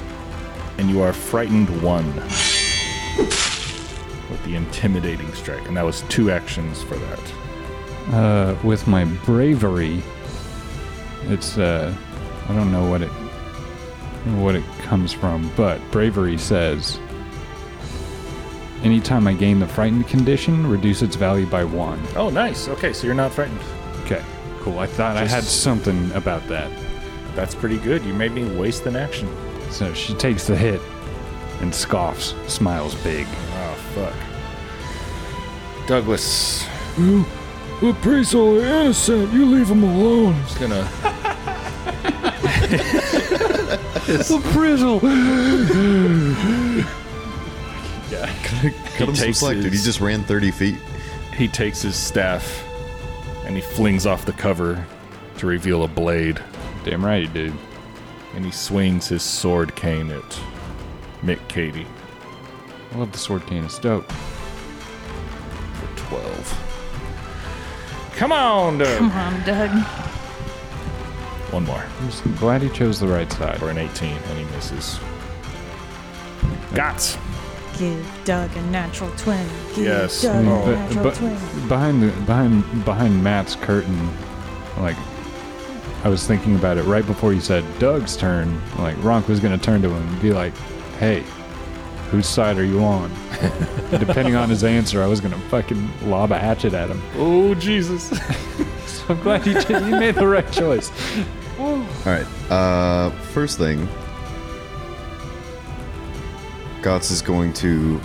[SPEAKER 1] and you are frightened one. the intimidating strike, and that was two actions for that.
[SPEAKER 4] Uh, with my bravery, it's uh, I don't know what it what it comes from, but bravery says anytime I gain the frightened condition, reduce its value by one.
[SPEAKER 1] Oh, nice. Okay, so you're not frightened.
[SPEAKER 4] Okay, cool. I thought I had
[SPEAKER 1] Just-
[SPEAKER 4] something about that.
[SPEAKER 1] That's pretty good. You made me waste an action.
[SPEAKER 4] So she takes the hit and scoffs, smiles big.
[SPEAKER 1] Oh fuck. Douglas.
[SPEAKER 4] The priests are innocent. You leave them alone.
[SPEAKER 1] Just gonna
[SPEAKER 4] The prison.
[SPEAKER 2] Cut him some
[SPEAKER 1] takes
[SPEAKER 2] slack, dude. He
[SPEAKER 1] his-
[SPEAKER 2] just ran 30 feet.
[SPEAKER 1] he takes his staff and he flings off the cover to reveal a blade.
[SPEAKER 4] Damn right you did.
[SPEAKER 1] and he swings his sword cane at Mick Katie
[SPEAKER 4] I love the sword cane. It's dope.
[SPEAKER 1] for 12. Come on, Doug.
[SPEAKER 3] Come on, Doug.
[SPEAKER 1] One more
[SPEAKER 4] I'm just glad he chose the right side.
[SPEAKER 1] for an 18, and he misses. Gots.
[SPEAKER 3] Give Doug a natural twin. Give
[SPEAKER 1] Yes.
[SPEAKER 3] Doug
[SPEAKER 1] Oh. But-
[SPEAKER 4] Mm,
[SPEAKER 3] a natural
[SPEAKER 4] but
[SPEAKER 3] twin.
[SPEAKER 4] behind the behind behind Matt's curtain, like I was thinking about it right before you said Doug's turn. Like Ronk was gonna turn to him and be like, "Hey, whose side are you on?" And Depending on his answer, I was gonna fucking lob a hatchet at him.
[SPEAKER 1] Oh, Jesus.
[SPEAKER 4] So I'm glad you did. You made the right choice.
[SPEAKER 2] All right. Uh, first thing, Gotz is going to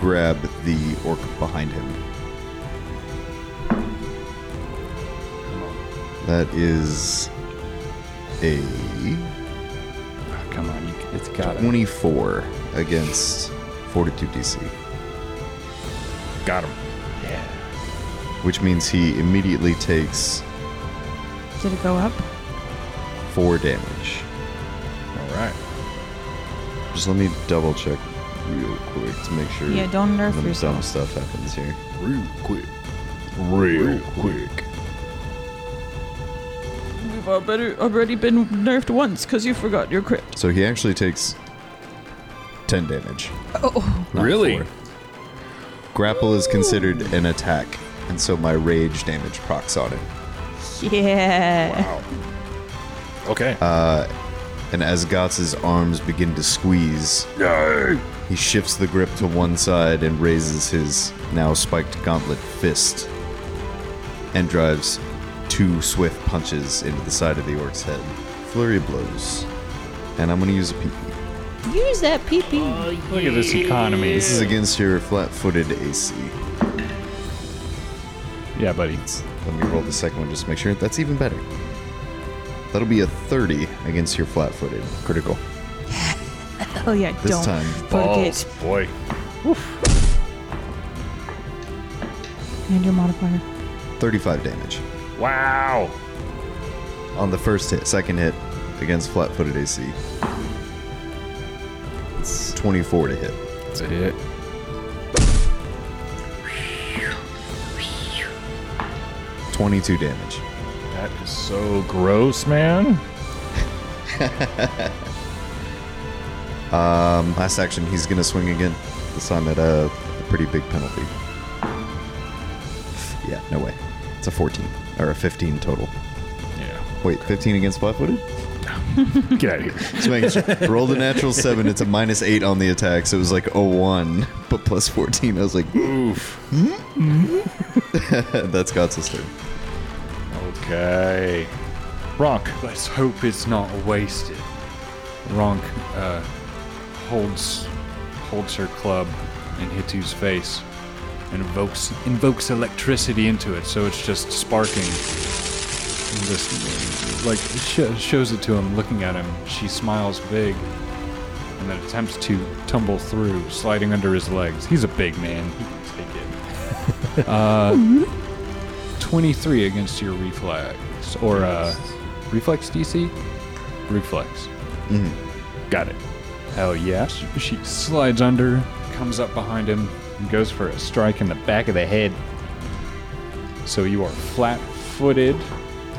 [SPEAKER 2] grab the orc behind him. That is a
[SPEAKER 4] Oh, come on, you, it's got it.
[SPEAKER 2] 24 against 42 DC,
[SPEAKER 1] Got him.
[SPEAKER 2] which means he immediately takes
[SPEAKER 3] Did it go up?
[SPEAKER 2] four damage.
[SPEAKER 1] All right.
[SPEAKER 2] Just let me double check real quick to make sure.
[SPEAKER 3] Yeah, don't nerf
[SPEAKER 2] none of
[SPEAKER 3] yourself.
[SPEAKER 2] Dumb stuff happens here.
[SPEAKER 1] Real quick. Real, quick.
[SPEAKER 3] We've already, already been nerfed once because you forgot your crit.
[SPEAKER 2] So he actually takes 10 damage.
[SPEAKER 3] Oh.
[SPEAKER 2] Not
[SPEAKER 1] Really?
[SPEAKER 2] four. Grapple is considered an attack, and so my rage damage procs on it.
[SPEAKER 3] Yeah.
[SPEAKER 1] Okay.
[SPEAKER 2] And as Gotz's arms begin to squeeze,
[SPEAKER 5] No!
[SPEAKER 2] he shifts the grip to one side and raises his now spiked gauntlet fist and drives two swift punches into the side of the orc's head. Flurry of blows. And I'm going to use a peek.
[SPEAKER 3] Use that pee pee.
[SPEAKER 4] Look at this economy.
[SPEAKER 2] This is against your flat footed AC.
[SPEAKER 4] yeah, buddy.
[SPEAKER 2] Let me roll the second one just to make sure. That's even better. That'll be a 30 against your flat footed. Critical.
[SPEAKER 3] oh yeah,
[SPEAKER 2] This
[SPEAKER 3] don't
[SPEAKER 2] time,
[SPEAKER 3] forget.
[SPEAKER 1] boy.
[SPEAKER 3] And your modifier.
[SPEAKER 2] 35 damage.
[SPEAKER 1] Wow.
[SPEAKER 2] On the first hit, second hit against flat footed AC. It's 24 to hit.
[SPEAKER 4] That's it.
[SPEAKER 2] Twenty-two damage.
[SPEAKER 1] That is so gross, man.
[SPEAKER 2] Um, last action, he's gonna swing again. This time at a, a pretty big penalty. Yeah, no way. It's a fourteen or a fifteen total.
[SPEAKER 1] Yeah.
[SPEAKER 2] Wait, fifteen against flat-footed?
[SPEAKER 1] Get out of here.
[SPEAKER 2] Just making sure. Rolled a natural seven. It's a minus eight on the attack, so it was like a one, but plus fourteen. I was like,
[SPEAKER 1] Oof.
[SPEAKER 2] that's God's sister.
[SPEAKER 1] Okay. Ronk.
[SPEAKER 4] Let's hope it's not wasted. Ronk uh, holds holds her club in Hitu's face and invokes invokes electricity into it, so it's just sparking. And just like sh- shows it to him, looking at him. She smiles big and then attempts to tumble through, sliding under his legs. He's a big man; he can take it. 23 against your reflex or uh, reflex DC? Reflex.
[SPEAKER 1] Got it.
[SPEAKER 4] Hell yeah. She, she slides under, comes up behind him, and goes for a strike in the back of the head. So you are flat footed.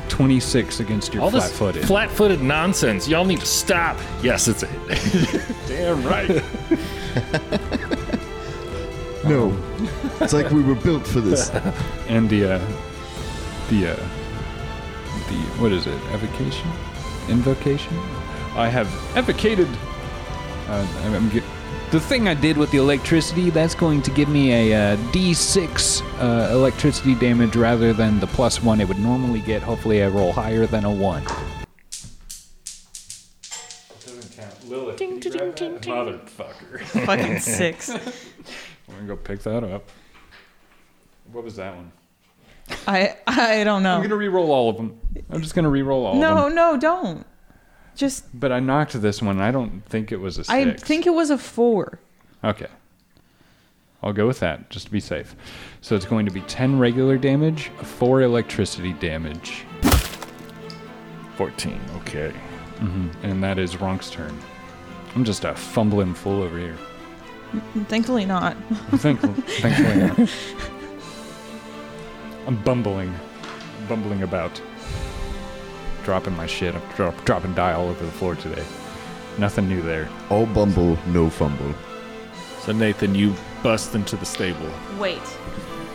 [SPEAKER 4] 26 against your
[SPEAKER 1] All
[SPEAKER 4] flat
[SPEAKER 1] this
[SPEAKER 4] footed.
[SPEAKER 1] flat-footed nonsense. Y'all need to stop. Yes, it's a hit. Damn right.
[SPEAKER 2] No. it's like we were built for this.
[SPEAKER 4] and the uh, the uh, the what is it? Evocation, invocation. I have evocated. Uh, I'm, I'm get, the thing I did with the electricity. That's going to give me a uh, D6 uh, electricity damage rather than the plus one it would normally get. Hopefully, I roll higher than a one.
[SPEAKER 1] Doesn't count. Lilith.
[SPEAKER 3] Ding, did you ding, grab ding, that? ding.
[SPEAKER 1] Motherfucker.
[SPEAKER 3] Fucking six.
[SPEAKER 4] I'm gonna go pick that up. What was that one?
[SPEAKER 3] I I don't know.
[SPEAKER 4] I'm gonna re-roll all of them. I'm just gonna re-roll all of
[SPEAKER 3] Oh. No,
[SPEAKER 4] them.
[SPEAKER 3] no, don't. Just
[SPEAKER 4] But I knocked this one. I don't think it was a six.
[SPEAKER 3] I think it was a four.
[SPEAKER 4] Okay. I'll go with that just to be safe. So it's going to be 10 regular damage, 4 electricity damage,
[SPEAKER 1] 14. Okay.
[SPEAKER 4] and that is Ronk's turn. I'm just a fumbling fool over here.
[SPEAKER 3] Thankfully not.
[SPEAKER 4] Thank- Thankfully, not.
[SPEAKER 1] I'm bumbling. Bumbling about.
[SPEAKER 4] dropping my shit. I'm drop, dropping die all over the floor today. Nothing new there.
[SPEAKER 2] All bumble, no fumble.
[SPEAKER 1] So, Nathan, you bust into the stable.
[SPEAKER 3] Wait.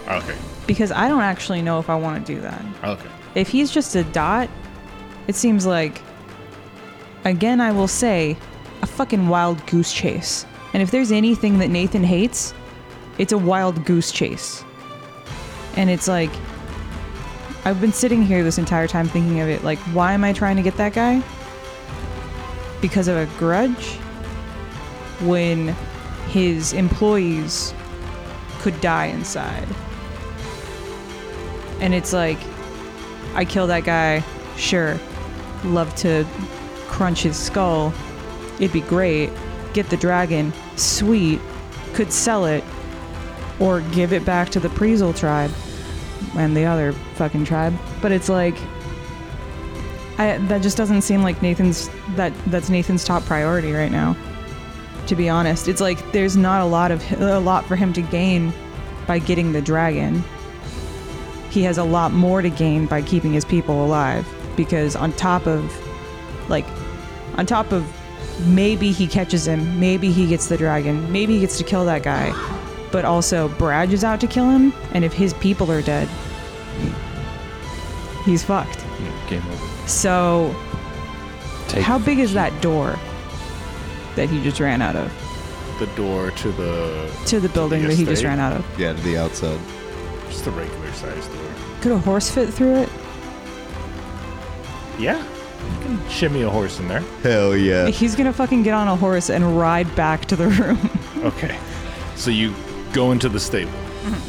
[SPEAKER 1] Okay.
[SPEAKER 3] Because I don't actually know if I want to do that.
[SPEAKER 1] Okay.
[SPEAKER 3] If he's just a dot, it seems like, again, I will say, a fucking wild goose chase. And if there's anything that Nathan hates, it's a wild goose chase. And it's like, I've been sitting here this entire time thinking of it. Like, why am I trying to get that guy? Because of a grudge? When his employees could die inside. And it's like, I kill that guy, sure. Love to crunch his skull. It'd be great. Get the dragon, sweet. Could sell it or give it back to the Prizel tribe and the other fucking tribe. But it's like I that just doesn't seem like Nathan's that that's Nathan's top priority right now. To be honest, it's like there's not a lot of a lot for him to gain by getting the dragon he has a lot more to gain by keeping his people alive because on top of like on top of maybe he catches him maybe he gets the dragon maybe he gets to kill that guy but also brad is out to kill him and if his people are dead he's fucked
[SPEAKER 4] Yeah, game over.
[SPEAKER 3] so
[SPEAKER 4] Take
[SPEAKER 3] how big is that door that he just ran out of
[SPEAKER 1] The door to the.
[SPEAKER 3] to the building that he just
[SPEAKER 1] estate?
[SPEAKER 3] ran out of
[SPEAKER 2] Yeah, to the outside.
[SPEAKER 1] Just the regular sized door.
[SPEAKER 3] could a horse fit through it
[SPEAKER 1] Yeah. You can shimmy a horse in there.
[SPEAKER 2] Hell yeah.
[SPEAKER 3] he's gonna fucking get on a horse and ride back to the room
[SPEAKER 1] Okay. So you go into the stable.
[SPEAKER 3] Mm-hmm.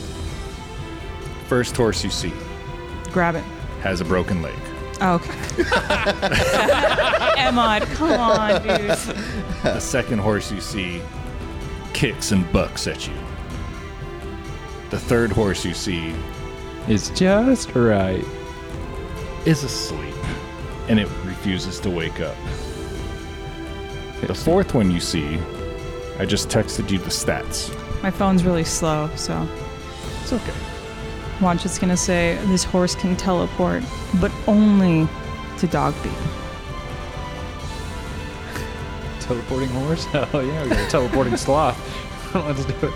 [SPEAKER 1] First horse you see
[SPEAKER 3] grab it
[SPEAKER 1] has a broken leg.
[SPEAKER 3] Oh, okay. Emma, come on, dude.
[SPEAKER 1] The second horse you see kicks and bucks at you. The third horse you see
[SPEAKER 4] It's just right.
[SPEAKER 1] is asleep and it refuses to wake up. The fourth one you see, I just texted you the stats.
[SPEAKER 3] My phone's really slow, so
[SPEAKER 1] It's okay.
[SPEAKER 3] watch. It's gonna say this horse can teleport, but only to Dogby.
[SPEAKER 4] Teleporting horse? Oh yeah, we got a teleporting sloth. Let's do it.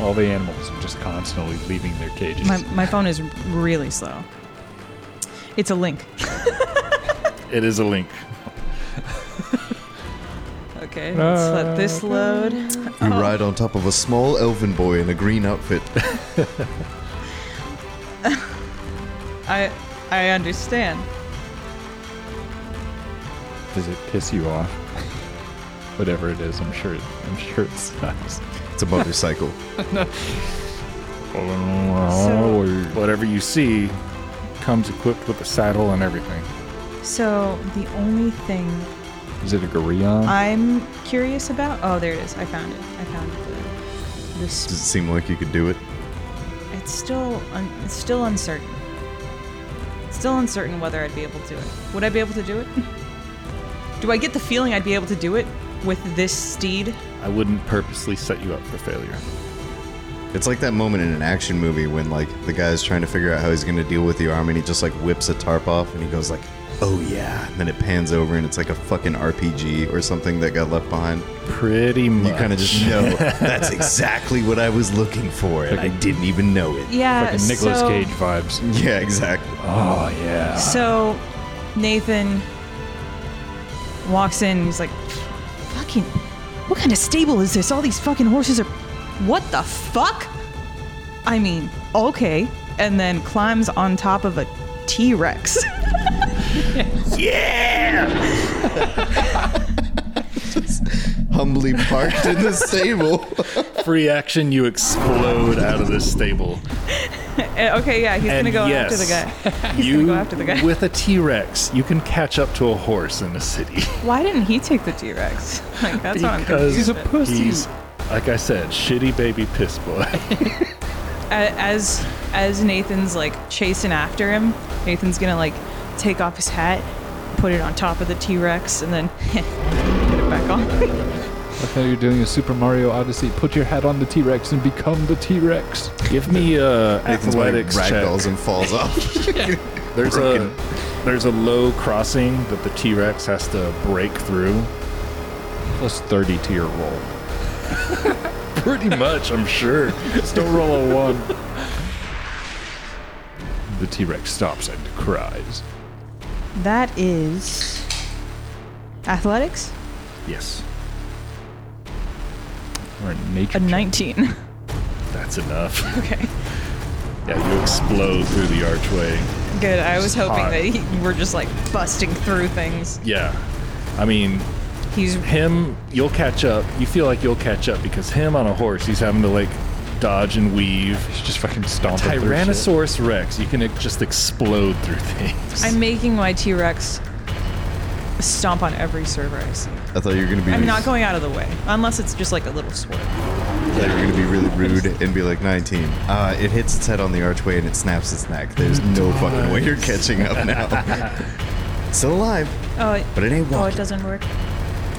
[SPEAKER 4] All the animals are just constantly leaving their cages.
[SPEAKER 3] My my phone is really slow. It's a link.
[SPEAKER 1] It is a link.
[SPEAKER 3] Okay, let's let this load.
[SPEAKER 2] You ride on top of a small elven boy in a green outfit.
[SPEAKER 3] I I understand.
[SPEAKER 4] Does it piss you off? Whatever it is, I'm sure. I'm sure it sucks.
[SPEAKER 2] It's a motorcycle.
[SPEAKER 4] Oh,
[SPEAKER 1] Whatever you see comes equipped with a saddle and everything.
[SPEAKER 3] So the only thing
[SPEAKER 4] Is it a gorilla?
[SPEAKER 3] uh, I'm curious about. Oh, there it is. I found it. I found it. The
[SPEAKER 2] Does it seem like you could do it?
[SPEAKER 3] It's still un- it's still uncertain. It's still uncertain whether I'd be able to do it. Would I be able to do it? Do I get the feeling I'd be able to do it with this steed?
[SPEAKER 1] I wouldn't purposely set you up for failure.
[SPEAKER 2] It's like that moment in an action movie when like the guy's trying to figure out how he's gonna deal with the arm and he just like whips a tarp off and he goes like, Oh yeah. And then it pans over and it's like a fucking RPG or something that got left behind.
[SPEAKER 1] Pretty much.
[SPEAKER 2] You kinda just know that's exactly what I was looking for, and I didn't even know it.
[SPEAKER 3] Yeah.
[SPEAKER 4] Fucking Nicolas
[SPEAKER 3] so,
[SPEAKER 4] Cage vibes.
[SPEAKER 2] Yeah, exactly.
[SPEAKER 4] Oh yeah.
[SPEAKER 3] So Nathan walks in. He's like, "Fucking, what kind of stable is this? All these fucking horses are. What the fuck? I mean, okay." And then climbs on top of a T Rex.
[SPEAKER 2] Humbly parked in the stable.
[SPEAKER 1] Free action, you explode out of this stable.
[SPEAKER 3] Eh, okay, yeah, he's gonna go after the guy.
[SPEAKER 1] you,
[SPEAKER 3] go after the guy.
[SPEAKER 1] With a T Rex, you can catch up to a horse in the city.
[SPEAKER 3] Why didn't he take the T Rex? Like that's what I'm
[SPEAKER 1] Because
[SPEAKER 3] confused.
[SPEAKER 1] he's a pussy. like I said, shitty baby piss boy.
[SPEAKER 3] A- As as Nathan's like chasing after him, Nathan's gonna like take off his hat, put it on top of the T Rex, and then put it back on.
[SPEAKER 4] Like how you're doing a Super Mario Odyssey. Put your hat on the T-Rex and become the T-Rex.
[SPEAKER 1] Give me a athletics check.
[SPEAKER 2] ragdolls and falls off.
[SPEAKER 1] There's a there's a low crossing that the T Rex has to break through.
[SPEAKER 4] Plus 30 to your roll.
[SPEAKER 1] Pretty much, I'm sure.
[SPEAKER 4] Still roll a one. The T-Rex stops and cries.
[SPEAKER 3] That is athletics.
[SPEAKER 1] Yes,
[SPEAKER 4] Or a nature.
[SPEAKER 3] A 19.
[SPEAKER 1] that's enough.
[SPEAKER 3] okay,
[SPEAKER 1] Yeah, you explode through the archway.
[SPEAKER 3] good. I was hoping
[SPEAKER 1] Hot.
[SPEAKER 3] that he, we're just like busting through things.
[SPEAKER 1] Yeah, I mean,
[SPEAKER 3] He's
[SPEAKER 1] him you'll catch up you feel like you'll catch up because him on a horse he's having to like dodge and weave
[SPEAKER 4] He's just fucking stomping through shit.
[SPEAKER 1] tyrannosaurus rex you can ex- just explode through things
[SPEAKER 3] I'm making my T Rex stomp on every server I see.
[SPEAKER 2] I thought you were gonna be.
[SPEAKER 3] I'm not going out of the way, unless it's just like a little swirl.
[SPEAKER 2] I thought you were gonna be really rude and be like 19. Uh, it hits its head on the archway and it snaps its neck. There's no fucking way you're catching up now. Still alive,
[SPEAKER 3] Oh, it,
[SPEAKER 2] but it ain't
[SPEAKER 3] oh, it
[SPEAKER 2] walking.
[SPEAKER 3] doesn't work.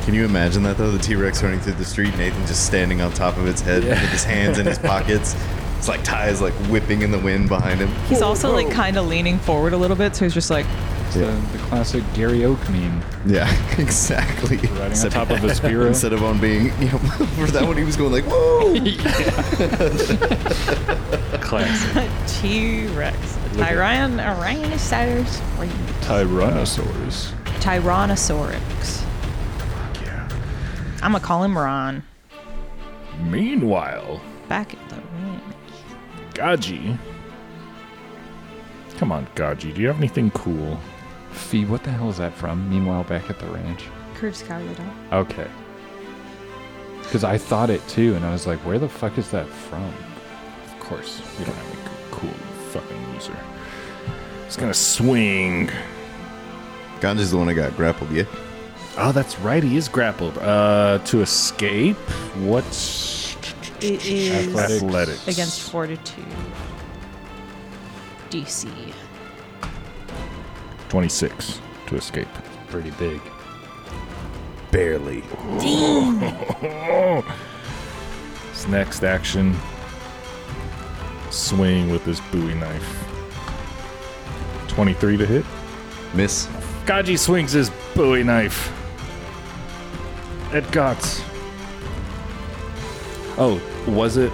[SPEAKER 2] Can you imagine that though? The T-Rex running through the street, Nathan just standing on top of its head with his hands in his pockets. It's like ties like whipping in the wind behind him.
[SPEAKER 3] He's also like kind of leaning forward a little bit, so he's just like,
[SPEAKER 4] It's, uh, the classic Gary Oak meme.
[SPEAKER 2] Yeah, exactly.
[SPEAKER 4] Riding on top of a Spiro.
[SPEAKER 2] Instead of on being, you know, for that one he was going like, whoa.
[SPEAKER 4] classic.
[SPEAKER 3] T Rex.
[SPEAKER 4] Look at-
[SPEAKER 3] Tyran Tyrannosaurus.
[SPEAKER 4] Tyrannosaurus.
[SPEAKER 3] Tyrannosaurus.
[SPEAKER 1] yeah.
[SPEAKER 3] I'm gonna call him Ron.
[SPEAKER 1] meanwhile
[SPEAKER 3] Back at the ranch.
[SPEAKER 1] gaji come on gaji do you have anything cool
[SPEAKER 4] Fee, what the hell is that from? Meanwhile, back at the ranch.
[SPEAKER 3] Curves coward dog.
[SPEAKER 4] Okay. Because I thought it too, and I was like, where the fuck is that from?
[SPEAKER 1] of course we don't have a cool fucking loser it's gonna swing
[SPEAKER 2] Ganja's the one I got grappled, yeah.
[SPEAKER 1] oh that's right he is grappled uh to escape what's
[SPEAKER 3] It is
[SPEAKER 4] Athletics.
[SPEAKER 1] athletics
[SPEAKER 3] against Fortitude. DC.
[SPEAKER 1] 26 to escape
[SPEAKER 4] Pretty big.
[SPEAKER 2] Barely.
[SPEAKER 1] His next action swing with this Bowie knife. 23 to hit.
[SPEAKER 2] Miss.
[SPEAKER 1] Gaji swings his Bowie knife at Gots. Oh, was it?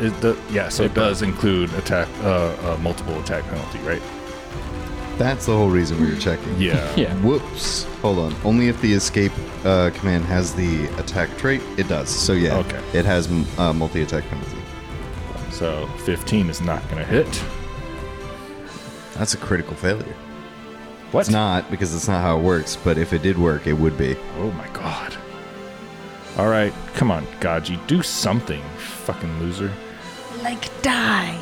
[SPEAKER 1] Is the, yeah, so it, does include attack, uh, uh, multiple attack penalty, right?
[SPEAKER 2] That's the whole reason we were checking.
[SPEAKER 1] Yeah.
[SPEAKER 4] Yeah.
[SPEAKER 2] Whoops. Hold on. Only if the escape uh, command has the attack trait, it does. So yeah,
[SPEAKER 1] Okay.
[SPEAKER 2] it has m- uh, multi-attack penalty.
[SPEAKER 1] So 15 is not going to hit.
[SPEAKER 2] That's a critical failure.
[SPEAKER 1] What?
[SPEAKER 2] It's not because it's not how it works. But if it did work, it would be.
[SPEAKER 1] Oh my god. All right, come on, Gaji, do something, you fucking loser.
[SPEAKER 3] Like die.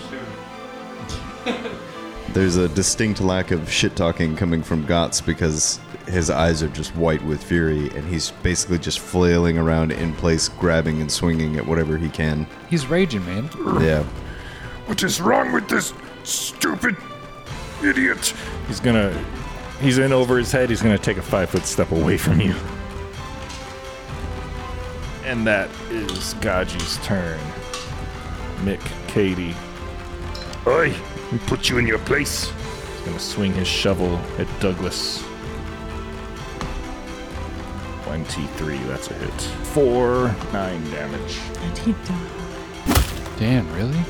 [SPEAKER 2] There's a distinct lack of shit talking coming from Gotz because his eyes are just white with fury, and he's basically just flailing around in place, grabbing and swinging at whatever he can.
[SPEAKER 4] He's raging, man.
[SPEAKER 2] Yeah.
[SPEAKER 5] What is wrong with this stupid idiot?
[SPEAKER 1] He's gonna. He's in over his head. He's gonna take a five foot step away from you. And that is Gaji's turn. Mick Cady.
[SPEAKER 5] Oi, we put you in your place.
[SPEAKER 1] He's gonna swing his shovel at Douglas. 23, that's a hit. 4, 9 damage.
[SPEAKER 3] And he died.
[SPEAKER 4] Damn, really?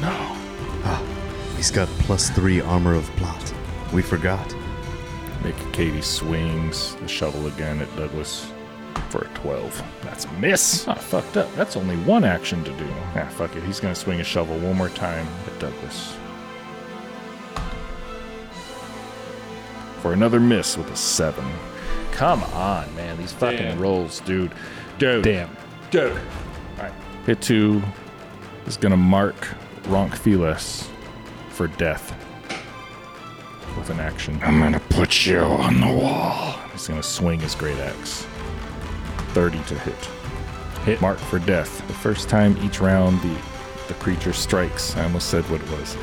[SPEAKER 1] No.
[SPEAKER 2] He's got plus three armor of plot. We forgot.
[SPEAKER 1] Mick Cady swings the shovel again at Douglas for a 12. That's a miss. Ah, fucked up. That's only one action to do. Ah, fuck it. He's gonna swing his shovel one more time at Douglas. For another miss with a 7. Come on, man. These fucking
[SPEAKER 4] Damn.
[SPEAKER 1] rolls, dude. Dude.
[SPEAKER 4] Damn.
[SPEAKER 1] Dude. Alright. Hit two is gonna mark Ronk Felis for death with an action. I'm gonna put you on the wall. He's gonna swing his great axe. 30 to hit. Hit mark for death. The first time each round the the creature strikes. I almost said what it was.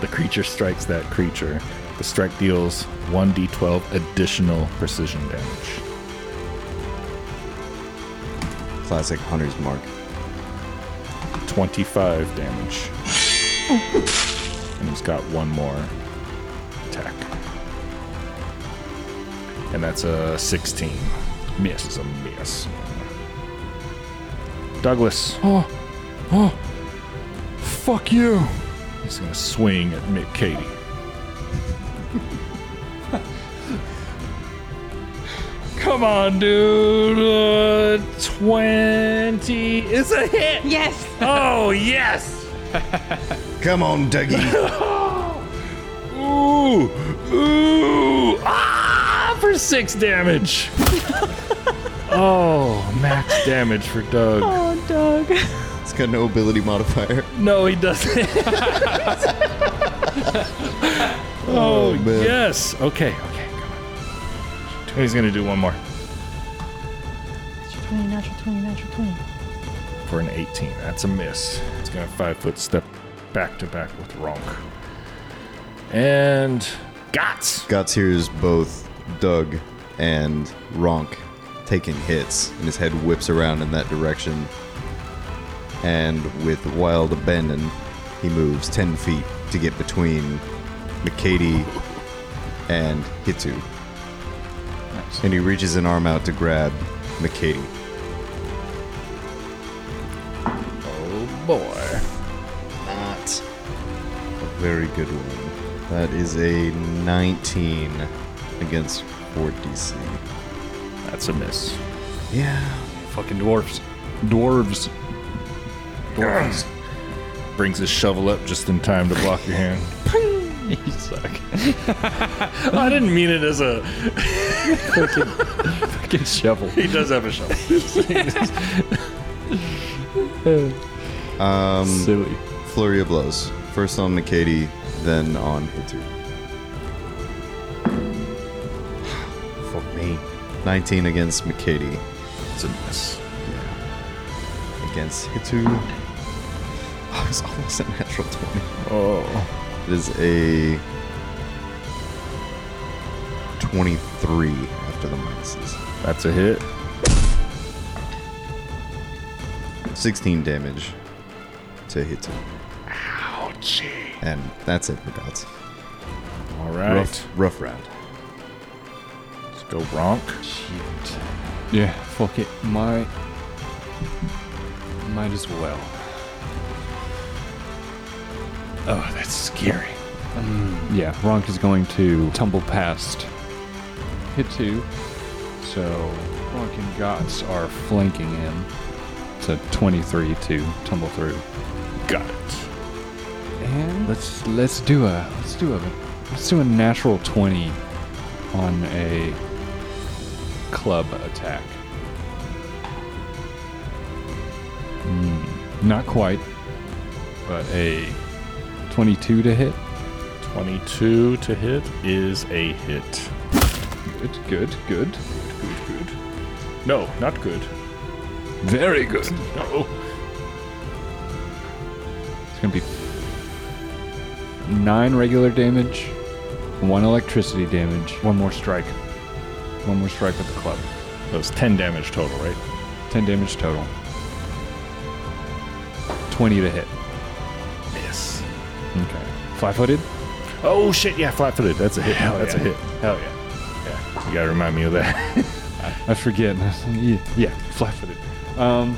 [SPEAKER 1] the creature strikes that creature. The strike deals 1d12 additional precision damage.
[SPEAKER 2] Classic Hunter's Mark.
[SPEAKER 1] 25 damage. and he's got one more attack. And that's a 16. Miss is a miss. Douglas. Oh, oh, fuck you. He's gonna swing at Mick Cady. Come on, dude. Uh, 20 is a hit.
[SPEAKER 3] Yes!
[SPEAKER 1] Oh, yes!
[SPEAKER 2] Come on, Dougie.
[SPEAKER 1] Ooh! Ooh! Ah! For six damage! oh, max damage for Doug.
[SPEAKER 3] Oh, Doug.
[SPEAKER 2] it's got no ability modifier.
[SPEAKER 1] No, he doesn't. oh,
[SPEAKER 2] man.
[SPEAKER 1] yes! Okay, okay, come on. He's gonna do one more.
[SPEAKER 3] Natural 20, natural 20, natural 20.
[SPEAKER 1] for an 18. That's a miss. It's going to five foot step back to back with Ronk. And Gots.
[SPEAKER 2] Guts hears both Doug and Ronk taking hits, and his head whips around in that direction. And with wild abandon, he moves 10 feet to get between McCady and Hitu.
[SPEAKER 4] Nice.
[SPEAKER 2] And he reaches an arm out to grab McCady.
[SPEAKER 1] Oh boy.
[SPEAKER 2] Not a very good one. That is a 19 against 4DC.
[SPEAKER 1] That's a miss.
[SPEAKER 2] Yeah.
[SPEAKER 4] Fucking dwarves. Dwarves. Dwarves.
[SPEAKER 1] Brings his shovel up just in time to block your hand.
[SPEAKER 4] you suck.
[SPEAKER 1] I didn't mean it as a.
[SPEAKER 4] Fucking shovel.
[SPEAKER 1] He does have a shovel.
[SPEAKER 2] Um,
[SPEAKER 4] Silly.
[SPEAKER 2] flurry of blows. First on McCady, then on Hitu. Fuck me. 19 against McCady.
[SPEAKER 1] It's a miss.
[SPEAKER 2] Against Hitu. I was almost a natural 20.
[SPEAKER 1] Oh.
[SPEAKER 2] It is a 23 after the minuses.
[SPEAKER 1] That's a hit.
[SPEAKER 2] 16 damage to Hitu.
[SPEAKER 1] Ouchie.
[SPEAKER 2] And that's it for gods.
[SPEAKER 1] All right.
[SPEAKER 2] Rough, rough round.
[SPEAKER 1] Let's go Ronk.
[SPEAKER 4] Yeah, fuck it. Might. Might as well. Oh, that's scary. Mm, yeah, Ronk is going to tumble past hit two. So Ronk and Gots are flanking him. It's a 23 to tumble through.
[SPEAKER 1] Got it.
[SPEAKER 4] And let's let's do a let's do a let's do a natural 20 on a club attack. Mm, not quite, but a 22 to hit.
[SPEAKER 1] 22 to hit is a hit.
[SPEAKER 4] Good, good, good.
[SPEAKER 1] Good, good. No, not good.
[SPEAKER 4] Very good.
[SPEAKER 1] No.
[SPEAKER 4] It's gonna be nine regular damage, one electricity damage, one more strike, one more strike with the club.
[SPEAKER 1] That was 10 damage total, right?
[SPEAKER 4] 10 damage total. 20 to hit.
[SPEAKER 1] Miss.
[SPEAKER 4] Okay. Flat footed?
[SPEAKER 1] Oh shit! Yeah, flat-footed. That's a hit. That's
[SPEAKER 4] yeah.
[SPEAKER 1] a hit.
[SPEAKER 4] Hell yeah.
[SPEAKER 1] You gotta remind me of that.
[SPEAKER 4] I forget. yeah, yeah, flat footed. Um,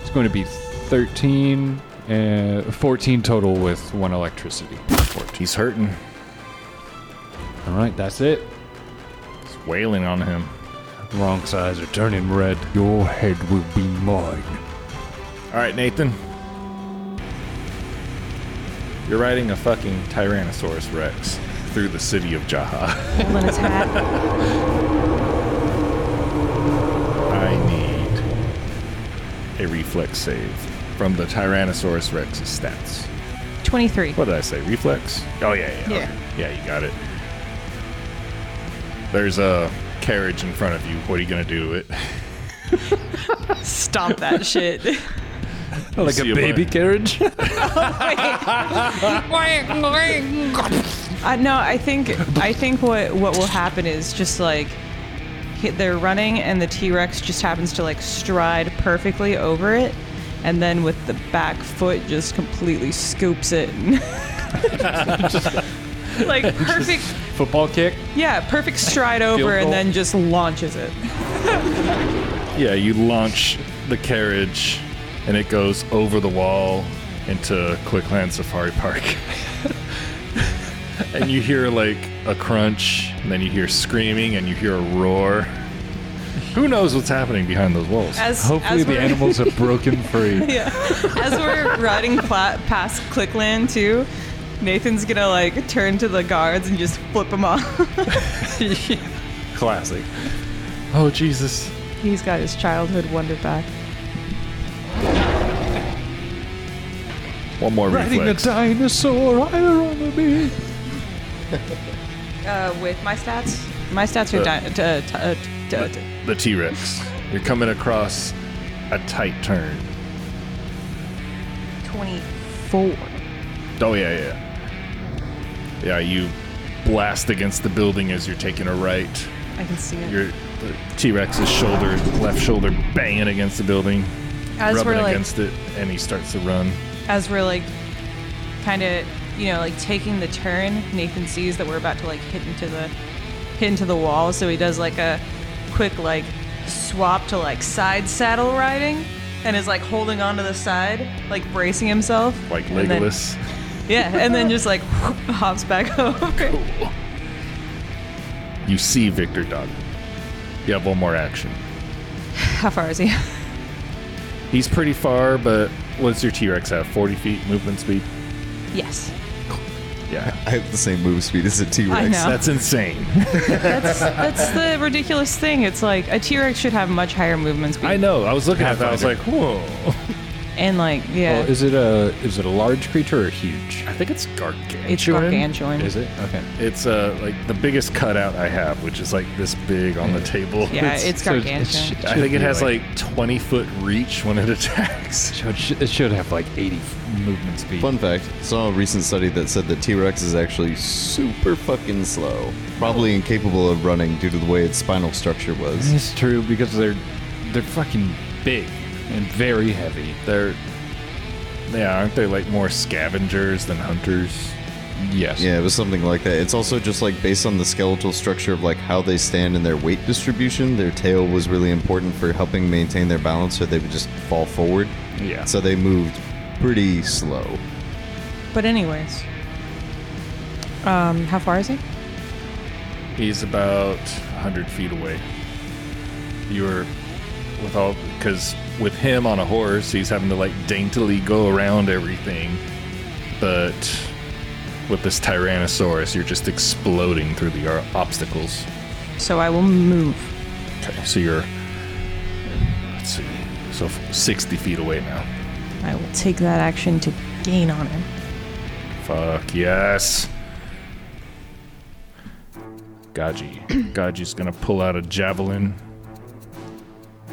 [SPEAKER 4] it's going to be 13, uh, 14 total with one electricity.
[SPEAKER 1] He's hurting.
[SPEAKER 4] All right, that's it.
[SPEAKER 1] It's wailing on him.
[SPEAKER 4] Ronk's eyes are turning red. Your head will be mine.
[SPEAKER 1] All right, Nathan. You're riding a fucking Tyrannosaurus Rex through the city of Jaha.
[SPEAKER 3] Holding his hat.
[SPEAKER 1] I need a reflex save from the Tyrannosaurus Rex's stats.
[SPEAKER 3] 23.
[SPEAKER 1] What did I say? Reflex? Oh yeah, yeah.
[SPEAKER 3] Yeah.
[SPEAKER 1] okay. Yeah, you got it. There's a carriage in front of you. What are you gonna do with it?
[SPEAKER 3] Stop that shit.
[SPEAKER 4] Like
[SPEAKER 1] see
[SPEAKER 4] a
[SPEAKER 1] a
[SPEAKER 4] baby
[SPEAKER 1] button.
[SPEAKER 4] carriage?
[SPEAKER 3] I no, I think I think what what will happen is just like he- they're running and the T-Rex just happens to like stride perfectly over it and then with the back foot just completely scoops it. and- like perfect
[SPEAKER 4] Football kick?
[SPEAKER 3] yeah, perfect stride over
[SPEAKER 4] goal.
[SPEAKER 3] and then just launches it.
[SPEAKER 1] Yeah, you launch the carriage and it goes over the wall into Quickland Safari Park. and you hear like a crunch, and then you hear screaming and you hear a roar. Who knows what's happening behind those walls?
[SPEAKER 3] As
[SPEAKER 4] Hopefully
[SPEAKER 3] as
[SPEAKER 4] the
[SPEAKER 3] we're-
[SPEAKER 4] animals have broken free.
[SPEAKER 3] Yeah. As we're riding pla- past Clickland too, Nathan's going to like turn to the guards and just flip them off.
[SPEAKER 1] Classic. Oh, Jesus.
[SPEAKER 3] He's got his childhood wonder back.
[SPEAKER 1] One more
[SPEAKER 4] Riding a
[SPEAKER 1] reflex.
[SPEAKER 4] dinosaur, I wanna be.
[SPEAKER 3] Uh, with my stats? My stats are di- t- uh, t- uh, t- uh, t-
[SPEAKER 1] the T Rex. You're coming across a tight turn.
[SPEAKER 3] 24.
[SPEAKER 1] Oh yeah, yeah. Yeah, you blast against the building as you're taking a right.
[SPEAKER 3] I can see it.
[SPEAKER 1] Your the T-Rex's shoulder, left shoulder, banging against the building,
[SPEAKER 3] As
[SPEAKER 1] rubbing
[SPEAKER 3] we're like,
[SPEAKER 1] against it, and he starts to run.
[SPEAKER 3] as we're like, kind of, you know, like taking the turn, Nathan sees that we're about to like hit into the hit into the wall, so he does like a quick like swap to like side saddle riding, and is like holding onto the side, like bracing himself,
[SPEAKER 1] Like
[SPEAKER 3] and then-
[SPEAKER 1] Legolas.
[SPEAKER 3] yeah, and then just like whoop, hops back over.
[SPEAKER 1] You see Victor Dog. You have one more action.
[SPEAKER 3] How far is he?
[SPEAKER 1] He's pretty far, but what's your T-Rex have? 40 feet movement speed?
[SPEAKER 3] yes.
[SPEAKER 1] Yeah.
[SPEAKER 2] I have the same move speed as a T Rex.
[SPEAKER 3] I know.
[SPEAKER 1] That's insane.
[SPEAKER 3] That's that's the ridiculous thing. It's like a T Rex should have much higher movement speed.
[SPEAKER 1] I know. I was looking at that. I was like, whoa.
[SPEAKER 3] And like, yeah,
[SPEAKER 4] Well, is it a is it a large creature or huge?
[SPEAKER 1] I think it's gargantuan.
[SPEAKER 3] it's gargantuan.
[SPEAKER 4] Is it? Okay.
[SPEAKER 1] It's uh like the biggest cutout I have, which is like this big on the table.
[SPEAKER 3] Yeah, it's,
[SPEAKER 4] So it-
[SPEAKER 3] gargantuan.
[SPEAKER 4] it should-
[SPEAKER 1] I
[SPEAKER 4] should
[SPEAKER 1] think it
[SPEAKER 4] be
[SPEAKER 1] has like 20 foot reach when it attacks.
[SPEAKER 4] So it should, it should have like 80 f- movement speed.
[SPEAKER 2] Fun fact saw a recent study that said that T Rex is actually super fucking slow. Probably incapable of running due to the way its spinal structure was.
[SPEAKER 4] It's true because they're they're fucking big and very heavy.
[SPEAKER 1] They're yeah, aren't they like more scavengers than hunters?
[SPEAKER 4] Yes.
[SPEAKER 2] Yeah, it was something like that. It's also just like based on the skeletal structure of like how they stand and their weight distribution. Their tail was really important for helping maintain their balance, so they would just fall forward.
[SPEAKER 1] Yeah.
[SPEAKER 2] So they moved pretty slow.
[SPEAKER 3] But anyways, um, how far is he?
[SPEAKER 1] He's about 100 feet away. You're with all because with him on a horse, he's having to like daintily go around everything, but with this Tyrannosaurus, you're just exploding through the ar- obstacles.
[SPEAKER 3] So I will move.
[SPEAKER 1] Okay, so you're let's see, so 60 feet away now.
[SPEAKER 3] I will take that action to gain on him.
[SPEAKER 1] Fuck yes. Gaji. Gaji's gonna pull out a javelin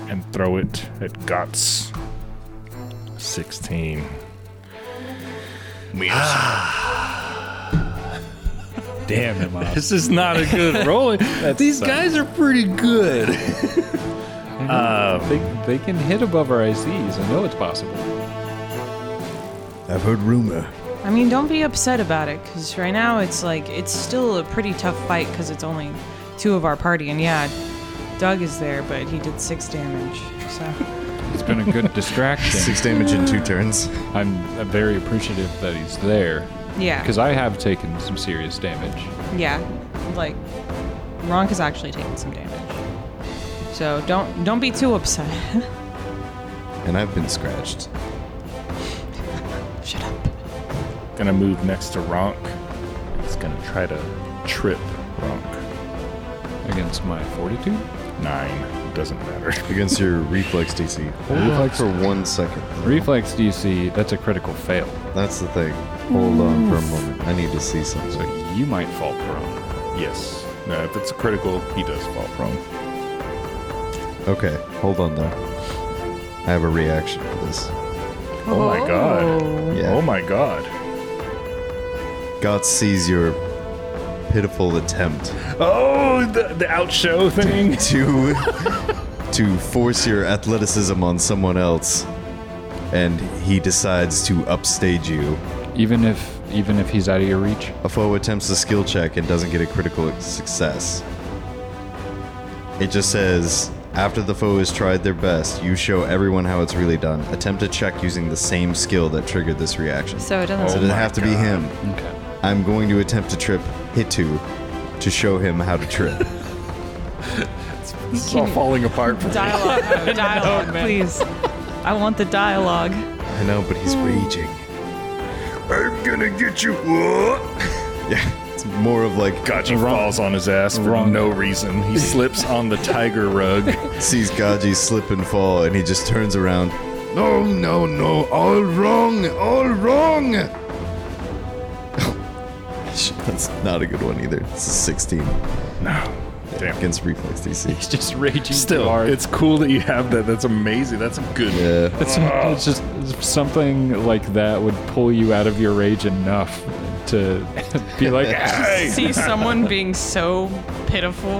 [SPEAKER 1] and throw it at Guts. 16.
[SPEAKER 4] Damn him up.
[SPEAKER 1] This is not a good roll. These guys are pretty good.
[SPEAKER 4] Um, they, they can hit above our ICs. I know it's possible.
[SPEAKER 7] I've heard rumor.
[SPEAKER 3] I mean, don't be upset about it, because right now it's like it's still a pretty tough fight, because it's only two of our party, and yeah, Doug is there, but he did six damage. So
[SPEAKER 4] It's been a good distraction.
[SPEAKER 2] Six damage in two turns.
[SPEAKER 4] I'm uh, very appreciative that he's there
[SPEAKER 3] yeah,
[SPEAKER 4] because I have taken some serious damage.
[SPEAKER 3] yeah, like Ronk has actually taken some damage. So don't don't be too upset.
[SPEAKER 2] And I've been scratched.
[SPEAKER 3] Shut up.
[SPEAKER 1] Gonna move next to Ronk. It's gonna try to trip Ronk.
[SPEAKER 4] Against my fortitude?
[SPEAKER 1] Nine. Doesn't matter.
[SPEAKER 2] Against your reflex DC. Hold on for one second.
[SPEAKER 4] Reflex DC, that's a critical fail.
[SPEAKER 2] That's the thing. Hold on for a moment. I need to see something.
[SPEAKER 4] So you might fall prone.
[SPEAKER 1] Yes. No, if it's a critical, he does fall prone.
[SPEAKER 2] Okay, hold on though. I have a reaction for this.
[SPEAKER 1] Oh my god.
[SPEAKER 2] Yeah.
[SPEAKER 1] Oh my god.
[SPEAKER 2] God sees your pitiful attempt
[SPEAKER 1] Oh, the, the outshow thing.
[SPEAKER 2] to to force your athleticism on someone else, and he decides to upstage you.
[SPEAKER 4] Even if even if he's out of your reach,
[SPEAKER 2] A foe attempts a skill check and doesn't get a critical success. It just says, after the foe has tried their best, you show everyone how it's really done. Attempt a check using the same skill that triggered this reaction. So
[SPEAKER 3] So it
[SPEAKER 2] it
[SPEAKER 3] doesn't.
[SPEAKER 2] doesn't have to be him.
[SPEAKER 4] okay.
[SPEAKER 2] I'm going to attempt to trip Hitu to show him how to trip.
[SPEAKER 1] It's all falling apart.
[SPEAKER 3] Dialogue, no, dialogue, please. I want the dialogue.
[SPEAKER 2] I know, but he's raging.
[SPEAKER 5] I'm gonna get you. Whoa!
[SPEAKER 2] It's more of like
[SPEAKER 1] Gotcha falls on his ass for no reason. He slips on the tiger rug.
[SPEAKER 2] sees Gaji slip and fall, and he just turns around.
[SPEAKER 5] No, no, no. All wrong. All wrong.
[SPEAKER 2] That's not a good one either. It's a 16
[SPEAKER 1] No. Damn.
[SPEAKER 2] against reflex DC.
[SPEAKER 4] He's just raging too
[SPEAKER 1] Still,
[SPEAKER 4] hard.
[SPEAKER 1] it's cool that you have that. That's amazing. That's a good.
[SPEAKER 2] Yeah.
[SPEAKER 4] It's, it's just something like that would pull you out of your rage enough to be like, "Ah, hey,
[SPEAKER 3] See someone being so pitiful.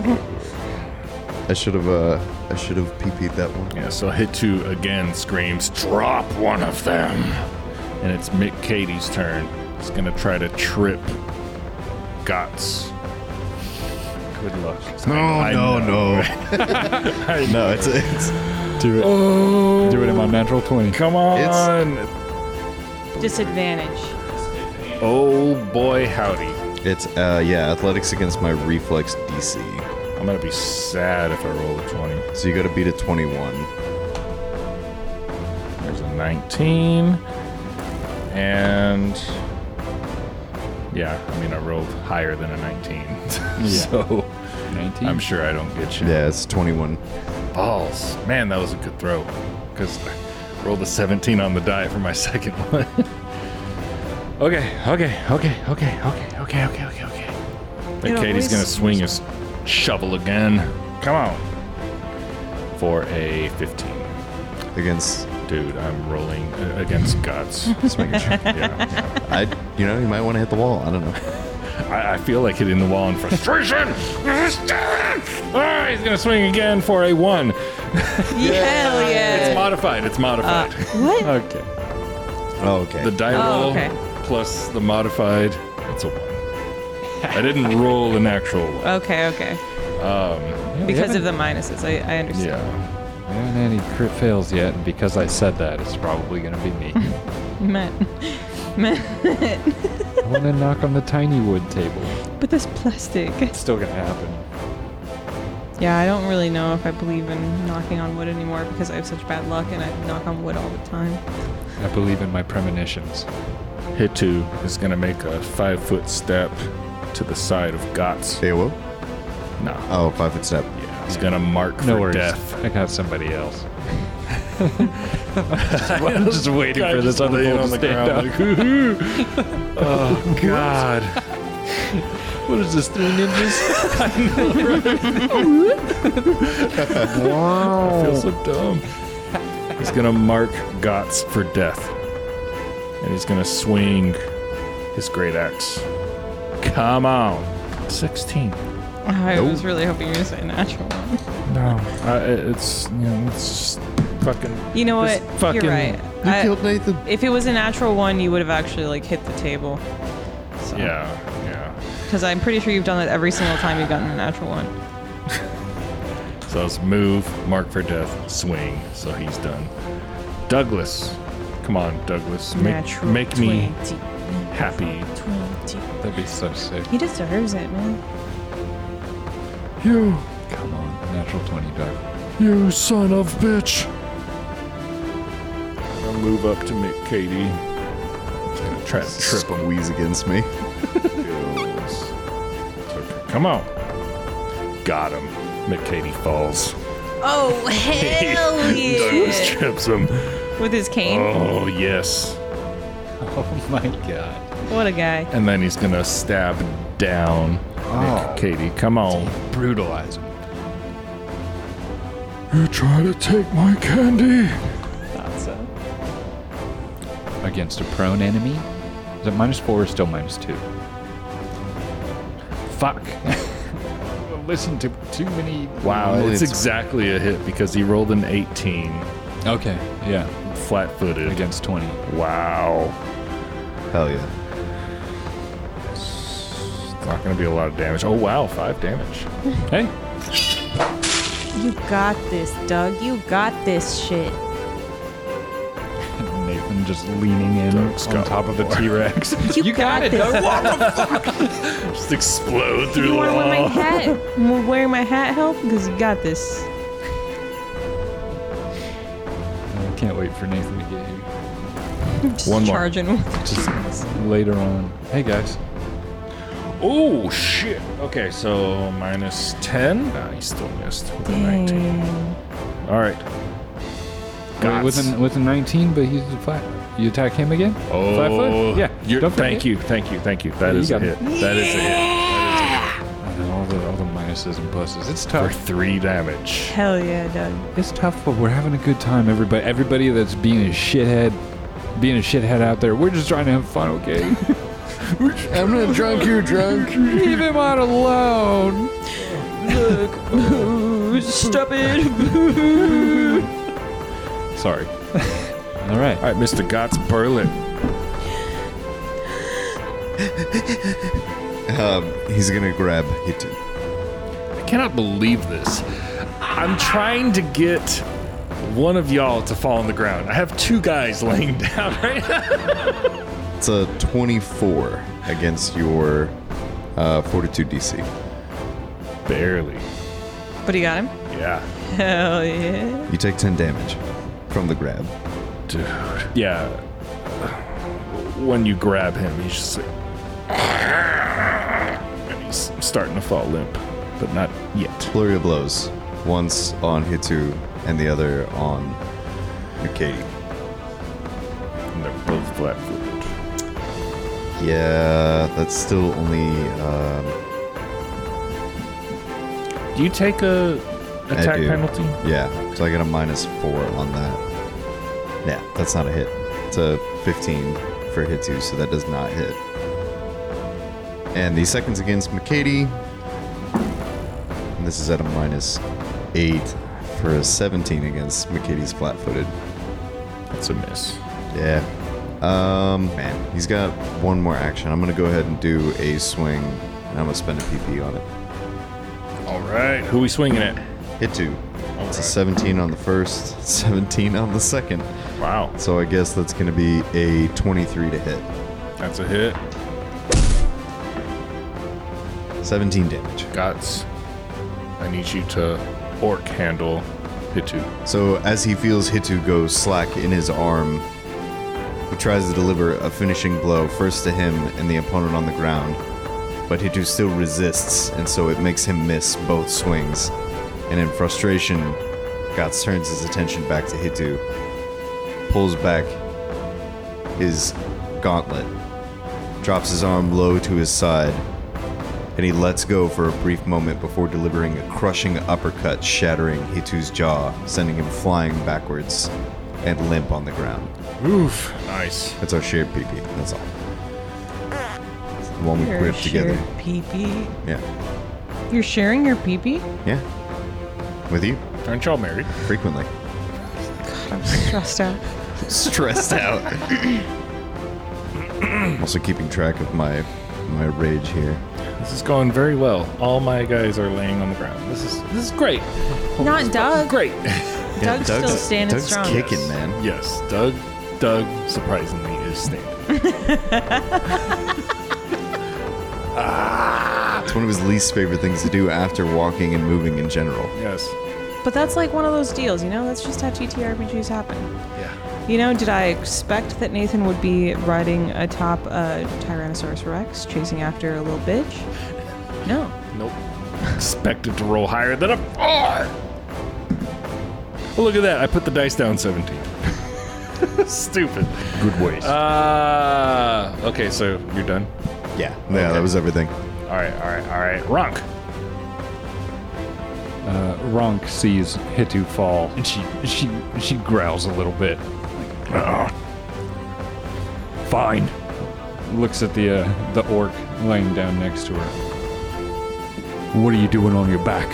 [SPEAKER 2] I should have uh I should have PP'd that one.
[SPEAKER 1] Yeah, so hit two again screams, drop one of them. And it's Mick Katie's turn. He's gonna try to trip Guts. Good luck. No,
[SPEAKER 2] no, no. No, it's it's
[SPEAKER 4] do it,
[SPEAKER 1] Oh,
[SPEAKER 4] do it in my natural twenty.
[SPEAKER 1] come on.
[SPEAKER 3] Disadvantage.
[SPEAKER 1] Oh boy, howdy.
[SPEAKER 2] it's uh yeah, athletics against my reflex DC.
[SPEAKER 1] I'm gonna be sad if I roll a 20.
[SPEAKER 2] So you got to beat a 21.
[SPEAKER 1] There's a 19. And. Yeah, I mean, I rolled higher than a 19. So
[SPEAKER 4] 19
[SPEAKER 1] I'm sure I don't get you.
[SPEAKER 2] Yeah, it's 21.
[SPEAKER 1] Balls. Man, that was a good throw. Because I rolled a 17 on the die for my second one. okay, okay, okay, okay, okay, okay, okay, okay, okay.
[SPEAKER 3] You
[SPEAKER 1] Then
[SPEAKER 3] know,
[SPEAKER 1] Katie's
[SPEAKER 3] always-
[SPEAKER 1] going to swing his shovel again. Come on. For a 15.
[SPEAKER 2] Against
[SPEAKER 1] Dude, I'm rolling uh, against guts.
[SPEAKER 2] just making sure.
[SPEAKER 1] yeah.
[SPEAKER 2] I you know, you might want to hit the wall. I don't know.
[SPEAKER 1] I, I feel like hitting the wall in frustration. Ah, he's going to swing again for a 1.
[SPEAKER 3] Hell
[SPEAKER 1] It's
[SPEAKER 3] yeah.
[SPEAKER 1] modified. It's
[SPEAKER 3] Uh,
[SPEAKER 1] modified.
[SPEAKER 3] what?
[SPEAKER 4] Okay.
[SPEAKER 2] Oh, okay.
[SPEAKER 1] The die
[SPEAKER 3] Oh,
[SPEAKER 1] roll
[SPEAKER 3] okay.
[SPEAKER 1] plus the modified. It's a one. I didn't roll an actual one.
[SPEAKER 3] Okay, okay.
[SPEAKER 4] Yeah, we
[SPEAKER 3] Because of
[SPEAKER 4] haven't-
[SPEAKER 3] the minuses, I, I understand.
[SPEAKER 1] Yeah.
[SPEAKER 4] we haven't had any crit fails yet, and because I said that, it's probably gonna be me.
[SPEAKER 3] Meh.
[SPEAKER 4] I want to knock on the tiny wood table.
[SPEAKER 3] But this plastic.
[SPEAKER 4] It's still gonna happen.
[SPEAKER 3] Yeah, I don't really know if I believe in knocking on wood anymore because I have such bad luck and I knock on wood all the time.
[SPEAKER 4] I believe in my premonitions.
[SPEAKER 1] Hitu is going to make a five foot step to the side of Gotz.
[SPEAKER 2] Hey, whoa.
[SPEAKER 1] Nah.
[SPEAKER 2] Oh, five foot step.
[SPEAKER 1] Yeah. He's going to mark
[SPEAKER 4] No
[SPEAKER 1] for
[SPEAKER 4] worries.
[SPEAKER 1] death.
[SPEAKER 4] I got somebody else. I'm just waiting
[SPEAKER 1] Guy
[SPEAKER 4] for this
[SPEAKER 1] just
[SPEAKER 4] other
[SPEAKER 1] laying
[SPEAKER 4] fool
[SPEAKER 1] on
[SPEAKER 4] to
[SPEAKER 1] the
[SPEAKER 4] stand
[SPEAKER 1] ground
[SPEAKER 4] up.
[SPEAKER 1] like, "Hoo-hoo." oh, God.
[SPEAKER 4] What is this, three ninjas?
[SPEAKER 1] I feel so dumb. He's going to mark Gotz for death. And he's going to swing his great axe. Come on. 16.
[SPEAKER 3] I was really hoping you were going to say natural one.
[SPEAKER 1] No, I, it's you know, it's just fucking.
[SPEAKER 3] You know what?
[SPEAKER 1] Just fucking
[SPEAKER 3] You're right.
[SPEAKER 2] You
[SPEAKER 3] I-
[SPEAKER 2] killed Nathan.
[SPEAKER 3] If it was a natural one, you would have actually like hit the table.
[SPEAKER 1] Yeah, yeah.
[SPEAKER 3] Because I'm pretty sure you've done that every single time you've gotten a natural one.
[SPEAKER 1] So it's move, mark for death, swing. So he's done. Douglas, come on, Douglas, make,
[SPEAKER 3] natural
[SPEAKER 1] make me
[SPEAKER 3] 20.
[SPEAKER 1] happy.
[SPEAKER 3] 20.
[SPEAKER 4] That'd be so sick.
[SPEAKER 3] He deserves it, man.
[SPEAKER 1] You,
[SPEAKER 4] Come on, natural 20 Doug.
[SPEAKER 1] you son of bitch. I'll move up to Mick Katie. Try to trip him.
[SPEAKER 2] Squeeze against me.
[SPEAKER 1] Yes. Okay, Come on. Got him. McKady falls.
[SPEAKER 3] Oh, hell
[SPEAKER 1] Douglas
[SPEAKER 3] yeah!
[SPEAKER 1] trips him.
[SPEAKER 3] With his cane?
[SPEAKER 1] Oh, yes.
[SPEAKER 4] Oh my god.
[SPEAKER 3] What a guy.
[SPEAKER 1] And then he's going to stab down
[SPEAKER 4] Oh.
[SPEAKER 1] Katie. Come on.
[SPEAKER 4] Brutalize him.
[SPEAKER 1] You try to take my candy.
[SPEAKER 3] Thought so.
[SPEAKER 4] Against a prone enemy? Is it minus four or still minus two? Fuck. Listen to too many.
[SPEAKER 1] Wow,
[SPEAKER 2] Well,
[SPEAKER 1] it's,
[SPEAKER 2] it's-
[SPEAKER 1] exactly a hit because he rolled an 18
[SPEAKER 4] Okay, yeah.
[SPEAKER 1] flat footed.
[SPEAKER 4] Against 20.
[SPEAKER 1] Wow.
[SPEAKER 2] Hell yeah.
[SPEAKER 1] It's not going to be a lot of damage. Oh, wow. Five damage.
[SPEAKER 4] Hey,
[SPEAKER 7] You got this, Doug. You got this shit.
[SPEAKER 4] Nathan just leaning in
[SPEAKER 1] Doug's
[SPEAKER 4] on
[SPEAKER 1] got
[SPEAKER 4] top of the
[SPEAKER 1] more.
[SPEAKER 4] T Rex.
[SPEAKER 7] You, got, this.
[SPEAKER 1] Just explode through
[SPEAKER 3] You
[SPEAKER 1] the
[SPEAKER 3] want to wear my
[SPEAKER 1] wall.
[SPEAKER 3] hat? Will Oh. wearing my hat help? Because you got this.
[SPEAKER 4] I can't wait for Nathan to get here.
[SPEAKER 3] Just
[SPEAKER 1] One more.
[SPEAKER 3] charging.
[SPEAKER 4] Just later on. Hey guys.
[SPEAKER 1] Oh shit. Okay, so minus 10. Nah, he still missed with a 19.
[SPEAKER 3] Dang.
[SPEAKER 1] All right.
[SPEAKER 4] Wait, with,
[SPEAKER 1] Gots.
[SPEAKER 4] a, with a 19, but he's a flat. You attack him again? Flat
[SPEAKER 1] Oh,
[SPEAKER 4] foot? Yeah.
[SPEAKER 1] You're,
[SPEAKER 4] don't forget.
[SPEAKER 1] thank you, thank you, thank you. That
[SPEAKER 4] you
[SPEAKER 1] is a
[SPEAKER 4] got
[SPEAKER 1] hit.
[SPEAKER 4] it.
[SPEAKER 1] That is a hit
[SPEAKER 4] And all the, all the minuses and pluses. It's
[SPEAKER 1] for
[SPEAKER 4] tough.
[SPEAKER 1] three damage.
[SPEAKER 3] Hell yeah, Doug.
[SPEAKER 4] It's tough, but we're having a good time, everybody. Everybody that's being a shithead, being a shithead out there, we're just trying to have fun, okay?
[SPEAKER 2] I'm not drunk. You're drunk.
[SPEAKER 4] Leave him out alone.
[SPEAKER 3] Stupid.
[SPEAKER 4] Sorry. all right.
[SPEAKER 1] All right, Mr. Gots Berlin.
[SPEAKER 2] Um, he's gonna grab you two.
[SPEAKER 1] I cannot believe this. I'm trying to get one of y'all to fall on the ground. I have two guys laying down right now.
[SPEAKER 2] It's a 24 against your uh, fortitude DC.
[SPEAKER 1] Barely.
[SPEAKER 3] But he got him?
[SPEAKER 1] Yeah.
[SPEAKER 3] Hell yeah.
[SPEAKER 2] You take 10 damage from the grab.
[SPEAKER 1] Dude. Yeah. When you grab him, he's just like. And he's starting to fall limp, but not yet.
[SPEAKER 2] Flurry of blows. Once on Hitu and the other on Katie.
[SPEAKER 1] And they're both flat footed.
[SPEAKER 2] Yeah, that's still only um,
[SPEAKER 1] Do you take a
[SPEAKER 2] I
[SPEAKER 1] attack
[SPEAKER 2] do.
[SPEAKER 1] penalty?
[SPEAKER 2] Yeah, so I get a minus four on that. Yeah, that's not a hit. It's a 15 for a hit two, so that does not hit. And the seconds against McCady. And this is at a minus eight for a 17 against McCady's flat footed.
[SPEAKER 1] That's a miss.
[SPEAKER 2] Yeah. Um, man, he's got one more action. I'm going to go ahead and do a swing, and I'm going to spend a PP on it.
[SPEAKER 1] All right. Who we swinging at?
[SPEAKER 2] Hit two. It's a 17 on the first, 17 on the second.
[SPEAKER 1] Wow.
[SPEAKER 2] So I guess that's going to be a 23 to hit.
[SPEAKER 1] That's a hit.
[SPEAKER 2] 17 damage.
[SPEAKER 1] Guts. I need you to orc handle Hitu.
[SPEAKER 2] So as he feels Hitu go slack in his arm, he tries to deliver a finishing blow first to him and the opponent on the ground. But Hitu still resists, and so it makes him miss both swings. And in frustration, Guts turns his attention back to Hitu, pulls back his gauntlet, drops his arm low to his side, and he lets go for a brief moment before delivering a crushing uppercut, shattering Hitu's jaw, sending him flying backwards and limp on the ground.
[SPEAKER 1] Oof. Nice.
[SPEAKER 2] That's our shared PP. That's all. It's the one we
[SPEAKER 3] You're
[SPEAKER 2] grip together.
[SPEAKER 3] sharing pee-pee.
[SPEAKER 2] Yeah.
[SPEAKER 3] You're sharing your pee-pee?
[SPEAKER 2] Yeah. With you
[SPEAKER 1] Aren't y'all married?
[SPEAKER 2] frequently.
[SPEAKER 3] I'm stressed out.
[SPEAKER 2] stressed out. also keeping track of my my rage here.
[SPEAKER 1] This is going very well. All my guys are laying on the ground. This is this is great.
[SPEAKER 3] Not Doug.
[SPEAKER 1] Great.
[SPEAKER 3] Doug's, still standing
[SPEAKER 2] Doug's
[SPEAKER 3] strong.
[SPEAKER 2] kicking, man.
[SPEAKER 1] Yes, Doug. Doug surprisingly is standing.
[SPEAKER 2] It's one of his least favorite things to do after walking and moving in general.
[SPEAKER 1] Yes.
[SPEAKER 3] But that's like one of those deals, you know? That's just how GTRPGs happen.
[SPEAKER 1] Yeah.
[SPEAKER 3] You know, did I expect that Nathan would be riding atop a Tyrannosaurus Rex chasing after a little bitch? No.
[SPEAKER 1] Nope. Expected to roll higher than a four. Well, look at that. I put the dice down 17. Stupid.
[SPEAKER 4] Good ways.
[SPEAKER 1] Uh, okay, so you're done.
[SPEAKER 2] Yeah. Yeah, that was everything.
[SPEAKER 1] All right, all right, all right. Ronk.
[SPEAKER 4] Uh, Ronk sees Hitu fall, and she she she growls a little bit. Fine. Looks at the uh, the orc laying down next to her. What are you doing on your back?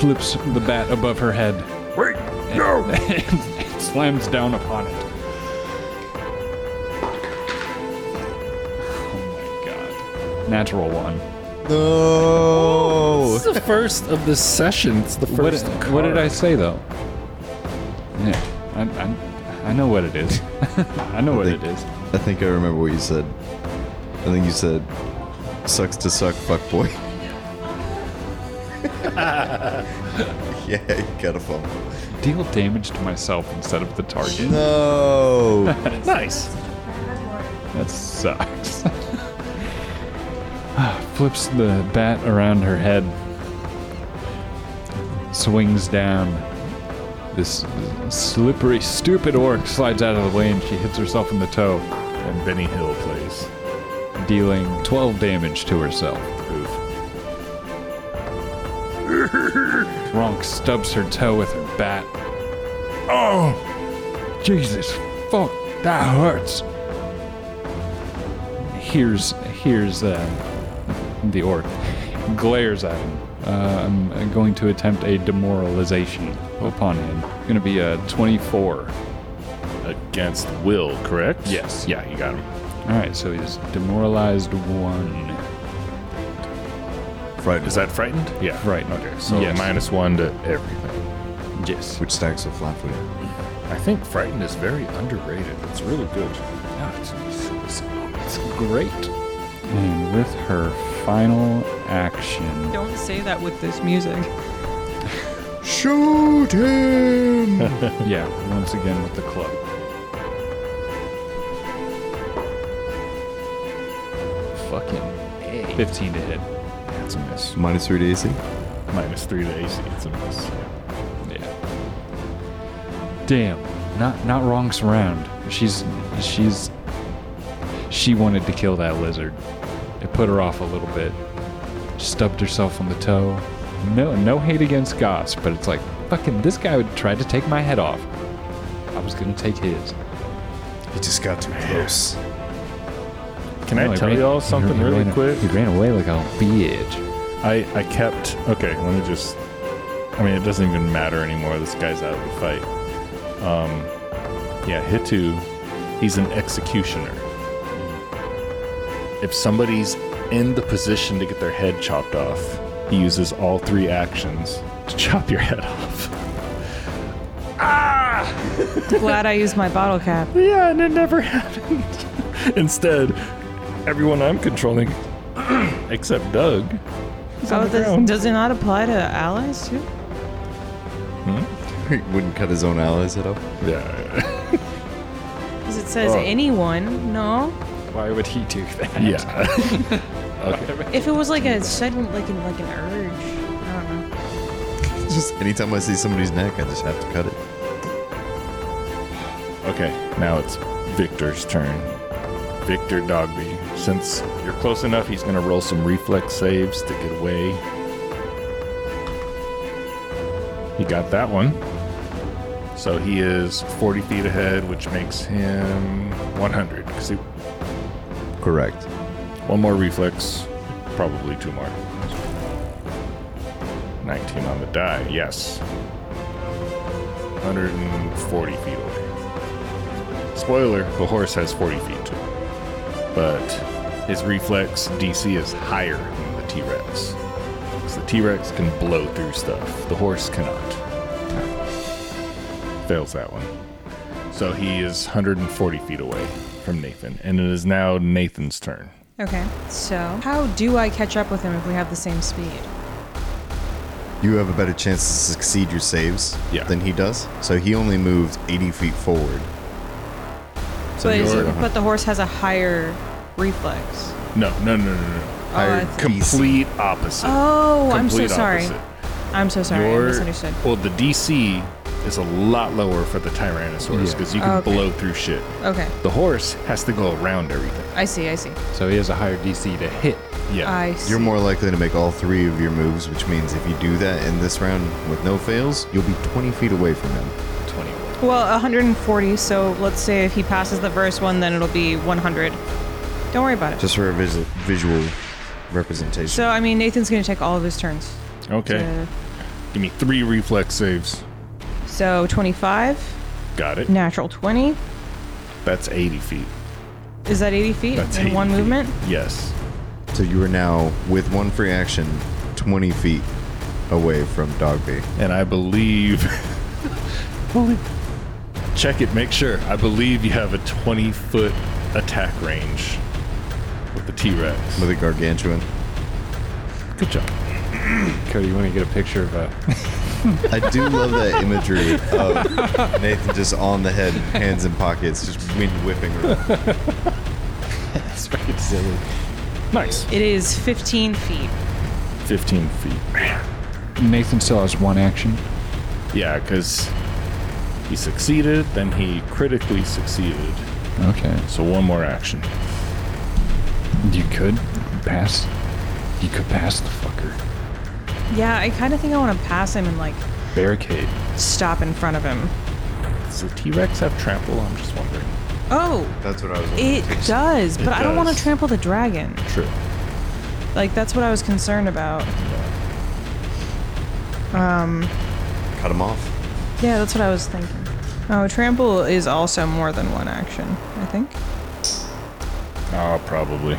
[SPEAKER 4] Flips the bat above her head
[SPEAKER 5] Wait, no!
[SPEAKER 4] and slams down upon it. Oh my god! Natural one.
[SPEAKER 2] No.
[SPEAKER 1] It's the first of this session. It's the
[SPEAKER 4] What,
[SPEAKER 1] first.
[SPEAKER 4] what did I say though? Yeah, I, I, I know what it is. I know what
[SPEAKER 2] think-
[SPEAKER 4] it is.
[SPEAKER 2] I think I remember what you said. I think you said, "Sucks to suck, fuck boy." yeah, you got a phone.
[SPEAKER 4] Deal damage to myself instead of the target.
[SPEAKER 2] No.
[SPEAKER 1] Nice.
[SPEAKER 4] That sucks. Ah, Flips the bat around her head, swings down. This slippery, stupid orc slides out of the way and she hits herself in the toe,
[SPEAKER 1] And Benny Hill plays.
[SPEAKER 4] dealing 12 damage to herself. Ronk stubs her toe with her bat.
[SPEAKER 5] Oh,
[SPEAKER 4] Jesus, fuck, that hurts. Here's here's uh, the orc glares at him. Uh, I'm going to attempt a demoralization upon him. Going to be a 24.
[SPEAKER 1] Against Will, correct?
[SPEAKER 4] Yes.
[SPEAKER 1] Yeah, you got him.
[SPEAKER 4] All right, so he's demoralized one.
[SPEAKER 2] Frightened,
[SPEAKER 1] Is that frightened? Yeah.
[SPEAKER 4] Right.
[SPEAKER 1] Okay, so
[SPEAKER 4] Yes.
[SPEAKER 1] minus one to everything.
[SPEAKER 4] Yes.
[SPEAKER 2] which stacks with flat footed.
[SPEAKER 1] I think frightened is very underrated. It's really good.
[SPEAKER 4] No, it's, it's, it's great. And with her final action.
[SPEAKER 3] Don't say that with this music.
[SPEAKER 2] Shoot him!
[SPEAKER 4] Yeah, once again with the club. Fucking 15 to hit.
[SPEAKER 1] That's a miss.
[SPEAKER 2] Minus three to AC.
[SPEAKER 1] Minus three to AC. It's a miss.
[SPEAKER 4] Yeah. Damn. Not not wrongs around. She's she's she wanted to kill that lizard. It put her off a little bit. Stubbed herself on the toe. No no hate against Goss, but it's like fucking this guy would try to take my head off. I was gonna take his.
[SPEAKER 2] He just got too close.
[SPEAKER 1] Can
[SPEAKER 4] No,
[SPEAKER 1] I
[SPEAKER 4] he
[SPEAKER 1] tell
[SPEAKER 4] ran-
[SPEAKER 1] y'all
[SPEAKER 4] he
[SPEAKER 1] something
[SPEAKER 4] ran- he
[SPEAKER 1] really
[SPEAKER 4] ran-
[SPEAKER 1] quick?
[SPEAKER 4] He ran away like a bitch.
[SPEAKER 1] I, I kept. Okay, let me just. I mean, it doesn't even matter anymore. This guy's out of the fight. Um, yeah, Hitu, he's an executioner. If somebody's in the position to get their head chopped off, he uses all three actions to chop your head off.
[SPEAKER 3] Glad I used my bottle cap.
[SPEAKER 1] Yeah, and it never happened. Instead, everyone I'm controlling, except Doug,
[SPEAKER 3] Oh,
[SPEAKER 1] the
[SPEAKER 3] this,
[SPEAKER 1] ground.
[SPEAKER 3] does it not apply to allies too?
[SPEAKER 2] He wouldn't cut his own allies at all.
[SPEAKER 1] yeah,
[SPEAKER 3] Because it says
[SPEAKER 1] Oh.
[SPEAKER 3] anyone. No.
[SPEAKER 4] Why would he do that?
[SPEAKER 1] yeah.
[SPEAKER 3] If it was like a sudden, like an like an urge. I don't know.
[SPEAKER 2] Just anytime I see somebody's neck, I just have to cut it.
[SPEAKER 1] Okay, now it's Victor's turn. Victor Dogby. Since you're close enough, he's going to roll some reflex saves to get away. He got that one. So he is 40 feet ahead, which makes him 100. 'cause he,
[SPEAKER 2] Correct.
[SPEAKER 1] one more reflex, probably two more. 19 on the die, yes. 140 feet away. Spoiler, the horse has 40 feet to it. But his reflex DC is higher than the T Rex. Because the T Rex can blow through stuff, the horse cannot. Fails that one. So he is 140 feet away from Nathan, and it is now Nathan's turn.
[SPEAKER 3] Okay. So, how do I catch up with him if we have the same speed?
[SPEAKER 2] You have a better chance to succeed your saves
[SPEAKER 1] Yeah.
[SPEAKER 2] than he does. So he only moved 80 feet forward. So
[SPEAKER 3] But, is
[SPEAKER 2] you're
[SPEAKER 3] it- but the horse has a higher reflex. Oh,
[SPEAKER 1] No, no, no, no, no.
[SPEAKER 3] I
[SPEAKER 2] higher
[SPEAKER 3] see.
[SPEAKER 2] DC.
[SPEAKER 1] Complete opposite.
[SPEAKER 3] Oh, I'm so
[SPEAKER 1] Complete
[SPEAKER 3] sorry.
[SPEAKER 1] opposite.
[SPEAKER 3] I'm so sorry.
[SPEAKER 1] Your-
[SPEAKER 3] I misunderstood.
[SPEAKER 1] Well, the DC is a lot lower for the Tyrannosaurus because you can
[SPEAKER 3] Oh, Okay.
[SPEAKER 1] blow through shit.
[SPEAKER 3] Okay.
[SPEAKER 1] The horse has to go around everything.
[SPEAKER 3] I see. I see.
[SPEAKER 4] So he has a higher DC to hit.
[SPEAKER 1] Yeah.
[SPEAKER 3] I see.
[SPEAKER 2] You're more likely to make all three of your moves, which means if you do that in this round with no fails, you'll be 20 feet away from him.
[SPEAKER 1] 21.
[SPEAKER 3] well, 140. So let's say if he passes the first one, then it'll be 100. Don't worry about it.
[SPEAKER 2] Just for a vis- visual representation.
[SPEAKER 3] so I mean, Nathan's gonna take all of his turns.
[SPEAKER 1] Okay.
[SPEAKER 3] to-
[SPEAKER 1] Give me three reflex saves.
[SPEAKER 3] so 25,
[SPEAKER 1] Got it.
[SPEAKER 3] natural 20.
[SPEAKER 1] That's 80 feet.
[SPEAKER 3] Is that 80 feet
[SPEAKER 1] That's
[SPEAKER 3] in
[SPEAKER 1] 80
[SPEAKER 3] one
[SPEAKER 1] feet.
[SPEAKER 3] movement?
[SPEAKER 1] Yes.
[SPEAKER 2] So you are now, with one free action, 20 feet away from Dogby.
[SPEAKER 1] And I believe. Holy- Check it, make sure. I believe you have a 20 foot attack range with the T Rex.
[SPEAKER 2] With a gargantuan.
[SPEAKER 1] Good job.
[SPEAKER 4] Cody, you want to get a picture of uh, a?
[SPEAKER 2] I do love that imagery of Nathan just on the head, hands in pockets, just wind whipping around.
[SPEAKER 4] That's right, silly.
[SPEAKER 1] Nice.
[SPEAKER 3] It is 15 feet.
[SPEAKER 1] 15 feet.
[SPEAKER 4] Nathan still has one action.
[SPEAKER 1] Yeah, because he succeeded, then he critically succeeded.
[SPEAKER 4] Okay.
[SPEAKER 1] So one more action.
[SPEAKER 4] You could pass. You could pass the fucker.
[SPEAKER 3] Yeah, I kind of think I want to pass him and like
[SPEAKER 1] Barricade.
[SPEAKER 3] stop in front of him.
[SPEAKER 1] Does the T Rex have trample? I'm just wondering.
[SPEAKER 3] Oh,
[SPEAKER 2] That's what I was
[SPEAKER 3] it does, but I don't want to
[SPEAKER 1] does.
[SPEAKER 3] trample the dragon.
[SPEAKER 1] True.
[SPEAKER 3] Like that's what I was concerned about.
[SPEAKER 2] Cut him off.
[SPEAKER 3] Yeah, that's what I was thinking. Oh, trample is also more than one action, I think.
[SPEAKER 1] Oh, probably.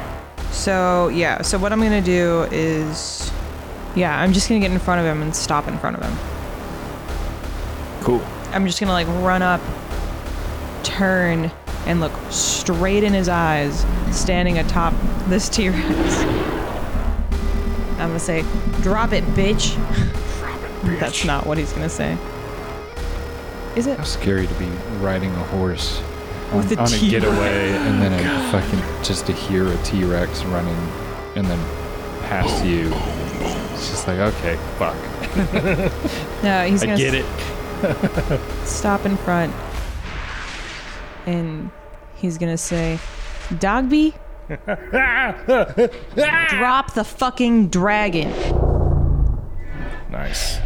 [SPEAKER 3] So, yeah, so what I'm going to do is yeah, I'm just going to get in front of him and stop in front of him.
[SPEAKER 1] Cool.
[SPEAKER 3] I'm just gonna like run up, turn, and look straight in his eyes, standing atop this T Rex. I'm gonna say, drop it, bitch. That's not what he's gonna say. Is it?
[SPEAKER 4] How scary to be riding a horse on,
[SPEAKER 3] With a
[SPEAKER 4] on a
[SPEAKER 3] T-Rex.
[SPEAKER 4] getaway and then a fucking just to hear a T Rex running and then pass you. It's just like okay, fuck.
[SPEAKER 3] No, he's
[SPEAKER 1] I
[SPEAKER 3] gonna
[SPEAKER 1] get it.
[SPEAKER 3] s- stop in front and he's gonna say, Dogby, drop the fucking dragon.
[SPEAKER 1] Nice.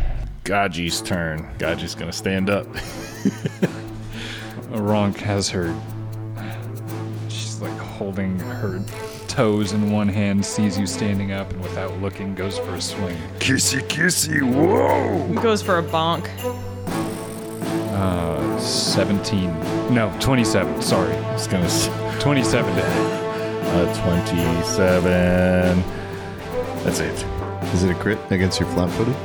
[SPEAKER 1] Gaji's turn. Gaji's gonna stand up.
[SPEAKER 4] Ronk has her. She's like holding her toes in one hand, sees you standing up, and without looking goes for a swing.
[SPEAKER 5] Kissy, kissy, whoa!
[SPEAKER 3] Goes for a bonk.
[SPEAKER 4] Seventeen, no, twenty-seven. Sorry,
[SPEAKER 1] He's gonna. s-
[SPEAKER 4] twenty-seven to hit.
[SPEAKER 1] Uh, 27. That's it.
[SPEAKER 2] Is it a crit against your flat footed?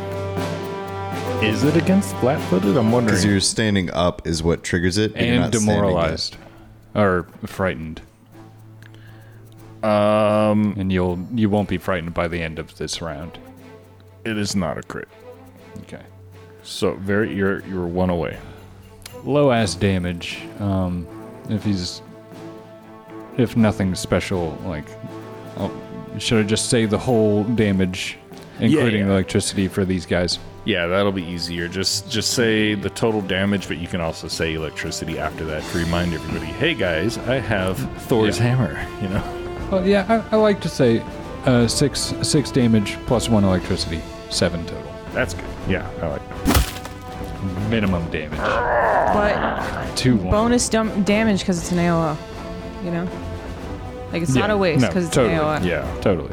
[SPEAKER 1] Is it against flat footed? I'm wondering.
[SPEAKER 2] Because you're standing up is what triggers it. but you're
[SPEAKER 4] and
[SPEAKER 2] not standing up.
[SPEAKER 4] demoralized or frightened. Um, and you'll you won't be frightened by the end of this round.
[SPEAKER 1] It is not a crit.
[SPEAKER 4] Okay.
[SPEAKER 1] So very, you're you're one away.
[SPEAKER 4] Low ass damage. Um, if he's if nothing special, like oh, should I just say the whole damage, including
[SPEAKER 1] yeah.
[SPEAKER 4] the electricity for these guys?
[SPEAKER 1] Yeah, that'll be easier. Just just say the total damage, but you can also say electricity after that to remind everybody. Hey guys, I have Thor's hammer. You know.
[SPEAKER 4] Well, yeah, I, I like to say uh, six six damage plus one electricity, seven total.
[SPEAKER 1] That's good. Yeah, I like that.
[SPEAKER 4] Minimum damage.
[SPEAKER 3] But
[SPEAKER 4] Two one.
[SPEAKER 3] bonus dum- damage because it's an AOO. You know, like it's not
[SPEAKER 4] Yeah,
[SPEAKER 3] a waste
[SPEAKER 4] no,
[SPEAKER 3] because it's
[SPEAKER 4] totally,
[SPEAKER 3] an AOO.
[SPEAKER 1] Yeah.
[SPEAKER 4] Totally.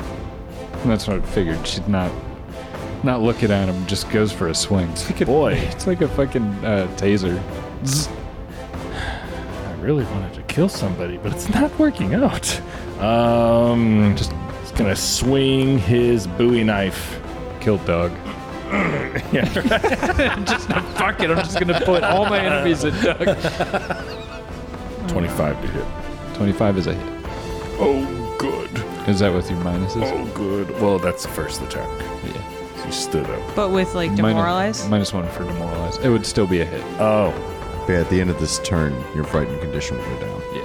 [SPEAKER 4] And that's what I figured. She's not not looking at him, just goes for a swing. It's like a,
[SPEAKER 1] Boy.
[SPEAKER 4] It's like a fucking uh, taser.
[SPEAKER 1] I really wanted to kill somebody, but it's not working out. Um, just he's gonna swing his Bowie knife.
[SPEAKER 4] Kill Doug. just no, fuck it. I'm just gonna put all my enemies at Doug.
[SPEAKER 1] Twenty-five to hit.
[SPEAKER 4] 25 is a hit.
[SPEAKER 1] Oh, good.
[SPEAKER 4] Is that with your minuses?
[SPEAKER 1] Oh, good. Well, that's the first attack.
[SPEAKER 4] Yeah.
[SPEAKER 1] He stood up.
[SPEAKER 3] But with like
[SPEAKER 4] Minus-
[SPEAKER 3] demoralize?
[SPEAKER 4] minus one for demoralize. It would still be a hit.
[SPEAKER 1] Oh,
[SPEAKER 2] But at the end of this turn, your frightened condition will go down.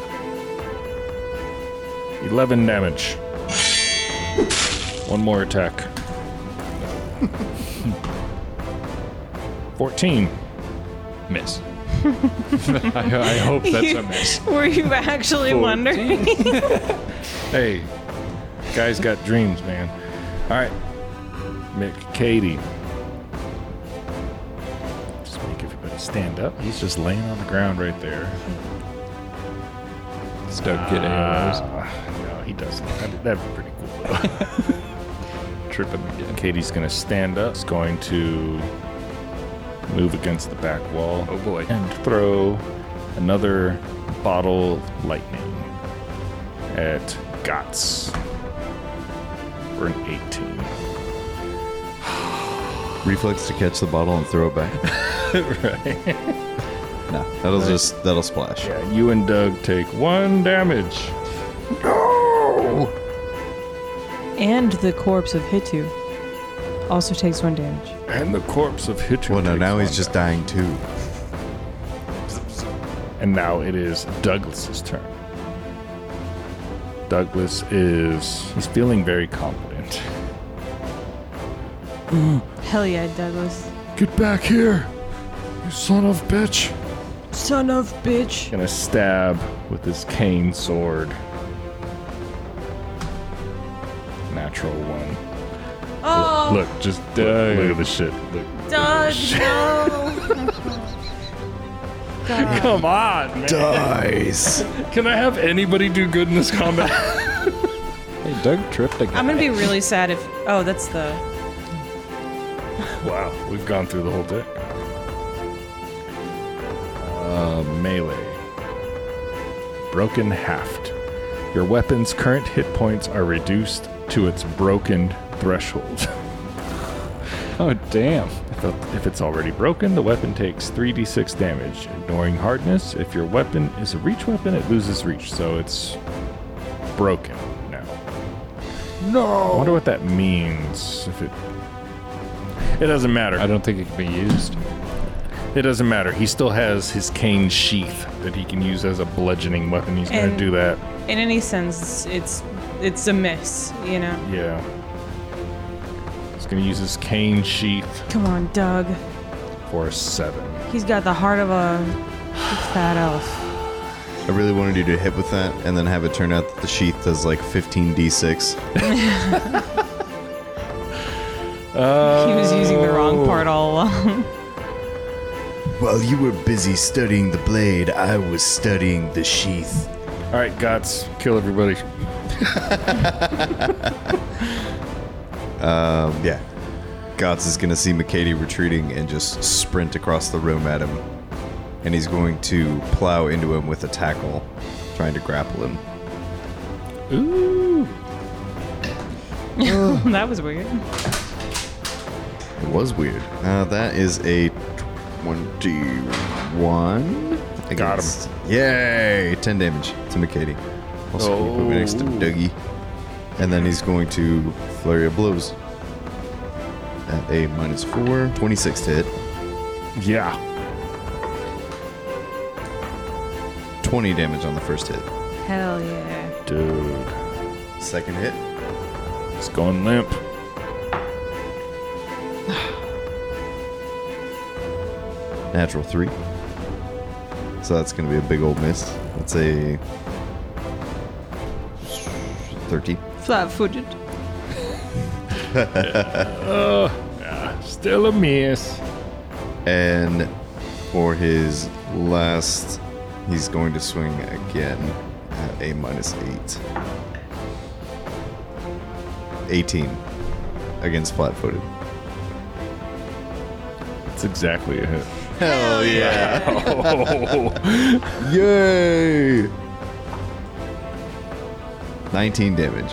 [SPEAKER 4] Yeah.
[SPEAKER 1] 11 damage. One more attack. 14.
[SPEAKER 4] Miss. I, I hope that's a miss.
[SPEAKER 3] Were you actually wondering?
[SPEAKER 1] Hey, guys got dreams, man. All right, Mick, Katie. Just make everybody stand up. He's just laying on the ground right there.
[SPEAKER 4] Does Doug get arrows?
[SPEAKER 1] Ah, no, he doesn't. That'd, that'd be pretty cool.
[SPEAKER 4] Trip him again.
[SPEAKER 1] Katie's gonna stand up. She's going to move against the back wall.
[SPEAKER 4] Oh boy.
[SPEAKER 1] and throw another bottle lightning at Guts for an 18.
[SPEAKER 2] Reflex to catch the bottle and throw it back. right. Nah, that'll just that'll splash.
[SPEAKER 1] Yeah, you and Doug take one damage.
[SPEAKER 3] and the corpse of Hitu also takes one damage.
[SPEAKER 1] And the corpse of Hitler.
[SPEAKER 2] Well, no, now he's just dying too.
[SPEAKER 1] And now it is Douglas's turn. Douglas is. He's feeling very confident.
[SPEAKER 7] Hell yeah, Douglas.
[SPEAKER 1] Get back here, you son of bitch.
[SPEAKER 3] Son of bitch.
[SPEAKER 1] Gonna stab with his cane sword. Natural one.
[SPEAKER 7] Oh,
[SPEAKER 1] Look, just uh, look, look at this shit. Look.
[SPEAKER 7] Doug, no.
[SPEAKER 1] Come on, man.
[SPEAKER 2] Dies.
[SPEAKER 1] Can I have anybody do good in this combat?
[SPEAKER 4] Hey, Doug tripped again.
[SPEAKER 3] I'm gonna be really sad if. Oh, that's the.
[SPEAKER 1] wow, we've gone through the whole deck. Uh, melee. Broken haft. Your weapon's current hit points are reduced to its broken threshold.
[SPEAKER 4] Oh damn.
[SPEAKER 1] If it- if it's already broken, the weapon takes 3d6 damage, ignoring hardness. If your weapon is a reach weapon, it loses reach, so it's broken now. No. I wonder what that means. If it, it doesn't matter.
[SPEAKER 4] I don't think it can be used.
[SPEAKER 1] It doesn't matter. He still has his cane sheath that he can use as a bludgeoning weapon. He's gonna
[SPEAKER 3] And-
[SPEAKER 1] do that.
[SPEAKER 3] In any sense, it's it's a miss. You know.
[SPEAKER 1] Yeah. He's gonna use his cane sheath
[SPEAKER 3] Come on, Doug.
[SPEAKER 1] for a seven.
[SPEAKER 3] He's got the heart of a fat elf.
[SPEAKER 2] I really wanted you to hit with that and then have it turn out that the sheath does like 15d6.
[SPEAKER 3] He was using the wrong part all along.
[SPEAKER 2] While you were busy studying the blade, I was studying the sheath.
[SPEAKER 1] All right, guts, kill everybody.
[SPEAKER 2] Um, yeah. Gotz is going to see McCady retreating and just sprint across the room at him. And he's going to plow into him with a tackle, trying to grapple him.
[SPEAKER 3] that was weird.
[SPEAKER 2] It was weird. Uh, that is a 21.
[SPEAKER 1] Got him.
[SPEAKER 2] him. Yay! 10 damage to McCady. Also, can you put me next
[SPEAKER 1] Oh.
[SPEAKER 2] to Dougie. And then he's going to flurry of blows. At a minus 4, 26 to hit,
[SPEAKER 1] Yeah.
[SPEAKER 2] 20 damage on the first hit.
[SPEAKER 7] Hell yeah.
[SPEAKER 1] Dude,
[SPEAKER 2] Second hit,
[SPEAKER 1] it's going limp.
[SPEAKER 2] natural 3. So that's going to be a big old miss. That's a 30.
[SPEAKER 3] Flat-footed.
[SPEAKER 1] Still a miss.
[SPEAKER 2] And for his last, he's going to swing again at a minus eight. 18 against flat footed.
[SPEAKER 1] That's exactly a hit.
[SPEAKER 2] Hell yeah. Yay! 19 damage.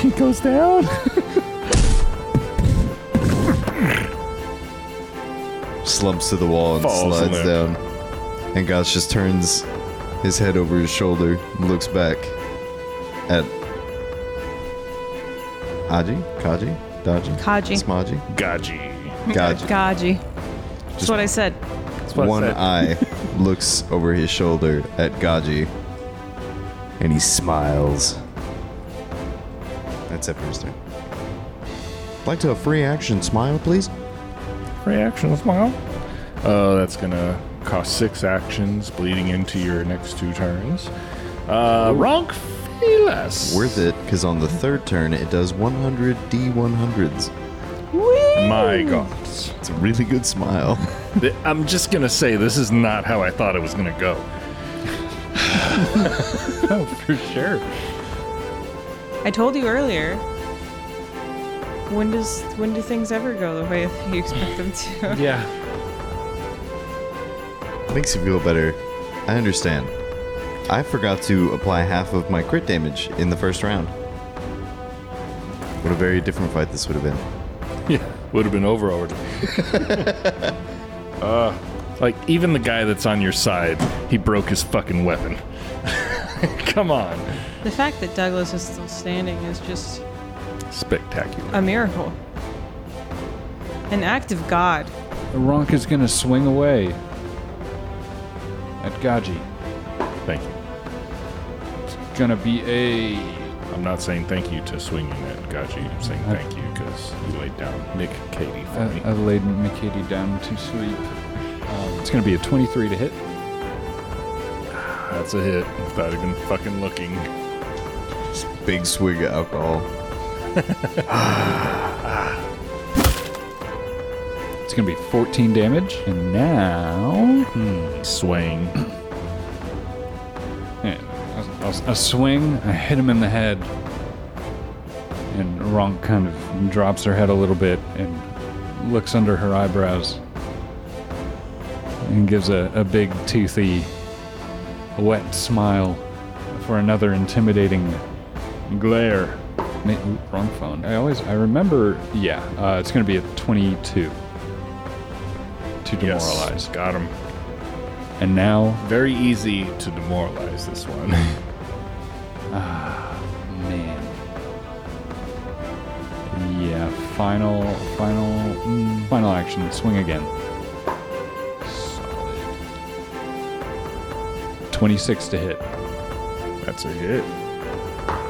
[SPEAKER 1] He goes down.
[SPEAKER 2] Slumps to the wall and
[SPEAKER 1] Falls
[SPEAKER 2] slides
[SPEAKER 1] limp.
[SPEAKER 2] down. And Gosh just turns his head over his shoulder and looks back at Aji? Kaji? Daji?
[SPEAKER 3] Kaji.
[SPEAKER 2] Smaji?
[SPEAKER 1] Gaji.
[SPEAKER 2] Gaji.
[SPEAKER 3] Gaji. That's
[SPEAKER 2] Just-
[SPEAKER 3] what I said.
[SPEAKER 1] what I
[SPEAKER 2] One
[SPEAKER 1] said.
[SPEAKER 2] eye looks over his shoulder at Gaji, and he smiles. That's Zephyr's turn. Like to a free action smile, please.
[SPEAKER 1] Reaction smile. Oh, that's gonna cost six actions, bleeding into your next two turns. Uh, Ronk Felas.
[SPEAKER 2] Worth it, because on the third turn it does 100 d100s.
[SPEAKER 1] My God.
[SPEAKER 2] It's a really good smile.
[SPEAKER 1] Th- I'm just gonna say this is not how I thought it was gonna go.
[SPEAKER 4] Oh,
[SPEAKER 1] for sure.
[SPEAKER 3] I told you earlier. When does when do things ever go the way you expect them to?
[SPEAKER 4] Yeah.
[SPEAKER 2] Makes you feel better. I understand. I forgot to apply half of my crit damage in the first round. What a very different fight this would have been.
[SPEAKER 1] Yeah, would have been over already. uh, like even the guy that's on your side, he broke his fucking weapon. Come on,
[SPEAKER 3] The fact that Douglas is still standing is just
[SPEAKER 1] spectacular.
[SPEAKER 3] a miracle. An act of God.
[SPEAKER 4] Ronk is gonna swing away at Gaji.
[SPEAKER 1] Thank you.
[SPEAKER 4] It's gonna be a
[SPEAKER 1] I'm not saying thank you to swinging at Gaji. I'm saying thank you because you laid down Nick Katie for
[SPEAKER 4] I,
[SPEAKER 1] me.
[SPEAKER 4] I laid Mikiti down to sleep. Um, it's going to be a 23 to hit.
[SPEAKER 1] That's a hit without even fucking looking.
[SPEAKER 2] Big swig of alcohol.
[SPEAKER 4] It's going to be 14 damage. And now.
[SPEAKER 1] Swaying.
[SPEAKER 4] eh, a, a- a swing, I hit him in the head. And Ronk kind of drops her head a little bit and looks under her eyebrows and gives a, a big, toothy, wet smile for another intimidating glare. Ma- ooh, wrong phone. I always, I remember, yeah, uh, it's going to be a 22 to demoralize.
[SPEAKER 1] Yes, got him.
[SPEAKER 4] And now
[SPEAKER 1] Very easy to demoralize this one.
[SPEAKER 4] Man. Yeah, final, final, mm, final action. Swing again. Solid. 26 to hit.
[SPEAKER 1] That's a hit.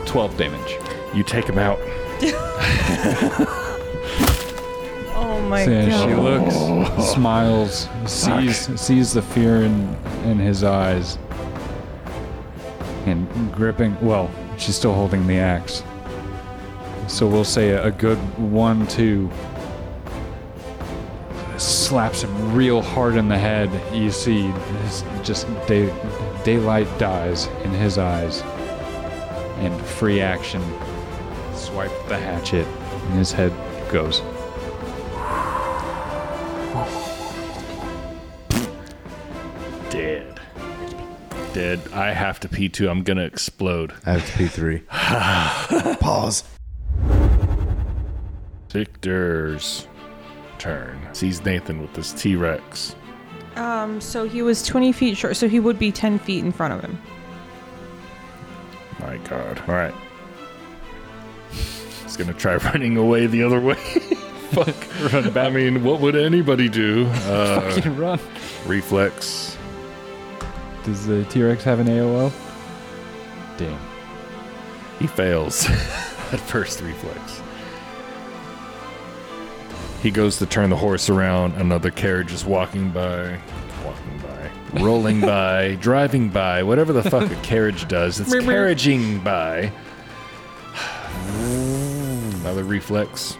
[SPEAKER 4] 12 damage.
[SPEAKER 1] You take him out.
[SPEAKER 3] Oh my
[SPEAKER 4] So
[SPEAKER 3] god.
[SPEAKER 4] she looks, smiles, sees sees the fear in in his eyes, and gripping. Well, she's still holding the axe. So we'll say a, a good one, two. Slaps him real hard in the head. You see, his, just day, daylight dies in his eyes. And free action, swipe the hatchet, and his head goes.
[SPEAKER 1] Dead. Dead. I have to pee too. I'm gonna explode.
[SPEAKER 2] I have to pee three. Pause.
[SPEAKER 1] Victor's turn. Sees Nathan with this T Rex.
[SPEAKER 3] Um, so he was 20 feet short, so he would be 10 feet in front of him.
[SPEAKER 1] My god. Alright. He's gonna try running away the other way. Fuck. Run back. I mean, what would anybody do? Uh,
[SPEAKER 4] Fucking run.
[SPEAKER 1] reflex.
[SPEAKER 4] Does the T Rex have an AOL? Damn.
[SPEAKER 1] He fails at first reflex. He goes to turn the horse around. Another carriage is walking by. Walking by. Rolling by. Driving by. Whatever the fuck a carriage does. It's carriaging by. Another reflex.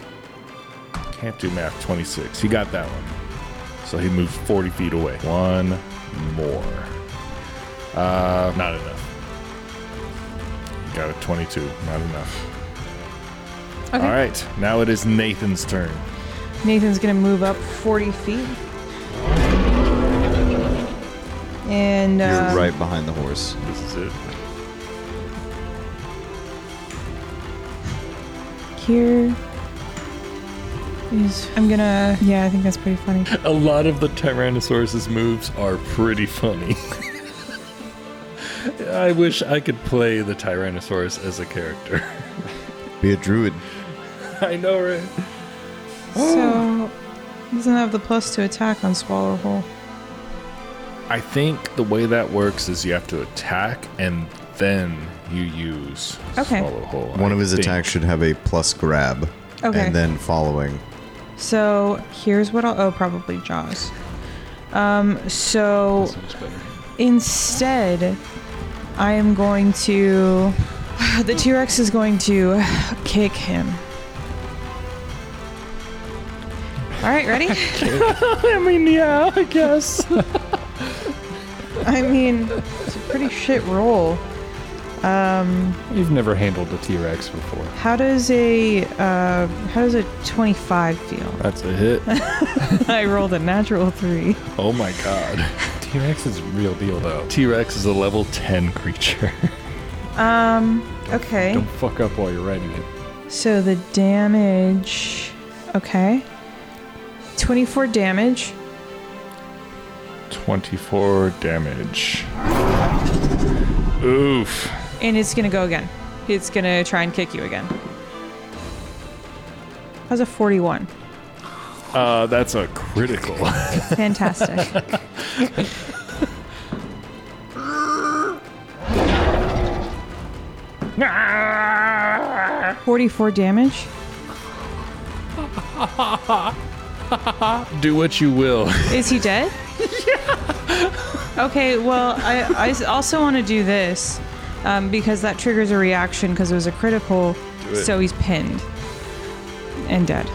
[SPEAKER 1] Can't do math. 26. He got that one. So he moves 40 feet away. One more. Uh, not enough. Got a 22. Not enough. All right. Now it is Nathan's turn.
[SPEAKER 3] Nathan's gonna move up 40 feet. And uh,
[SPEAKER 2] You're right behind the horse.
[SPEAKER 1] This is it.
[SPEAKER 3] here is. I'm gonna. Yeah, I think that's pretty funny.
[SPEAKER 1] A lot of the Tyrannosaurus's moves are pretty funny. I wish I could play the Tyrannosaurus as a character.
[SPEAKER 2] Be a druid.
[SPEAKER 1] I know, right?
[SPEAKER 3] so, he doesn't have the plus to attack on Swallow Hole.
[SPEAKER 1] I think the way that works is you have to attack and then you use
[SPEAKER 3] Okay.
[SPEAKER 1] swallow hole.
[SPEAKER 2] One
[SPEAKER 1] I
[SPEAKER 2] of his
[SPEAKER 1] think.
[SPEAKER 2] attacks should have a plus grab.
[SPEAKER 3] Okay.
[SPEAKER 2] And then following.
[SPEAKER 3] So here's what I'll. Oh, probably Jaws. Um, so instead, I am going to. The T Rex is going to kick him. All right, ready?
[SPEAKER 1] I mean, yeah, I guess.
[SPEAKER 3] I mean, it's a pretty shit roll. Um,
[SPEAKER 4] You've never handled a T Rex before.
[SPEAKER 3] how does a uh, how does a 25 feel?
[SPEAKER 1] That's a hit.
[SPEAKER 3] I rolled a natural three.
[SPEAKER 1] Oh my god.
[SPEAKER 4] T Rex is real deal though.
[SPEAKER 1] T Rex is a level 10 creature.
[SPEAKER 3] Um, okay.
[SPEAKER 4] Don't fuck up while you're riding it.
[SPEAKER 3] So the damage. Okay. 24 damage.
[SPEAKER 1] 24 damage. Oof.
[SPEAKER 3] And it's going to go again. It's going to try and kick you again. How's a 41?
[SPEAKER 1] Uh, that's a critical.
[SPEAKER 3] Fantastic. Forty-four damage.
[SPEAKER 1] Do what you will.
[SPEAKER 3] Is he dead? yeah. Okay. Well, I, I s- also want to do this um, because that triggers a reaction because it was a critical. So he's pinned and dead.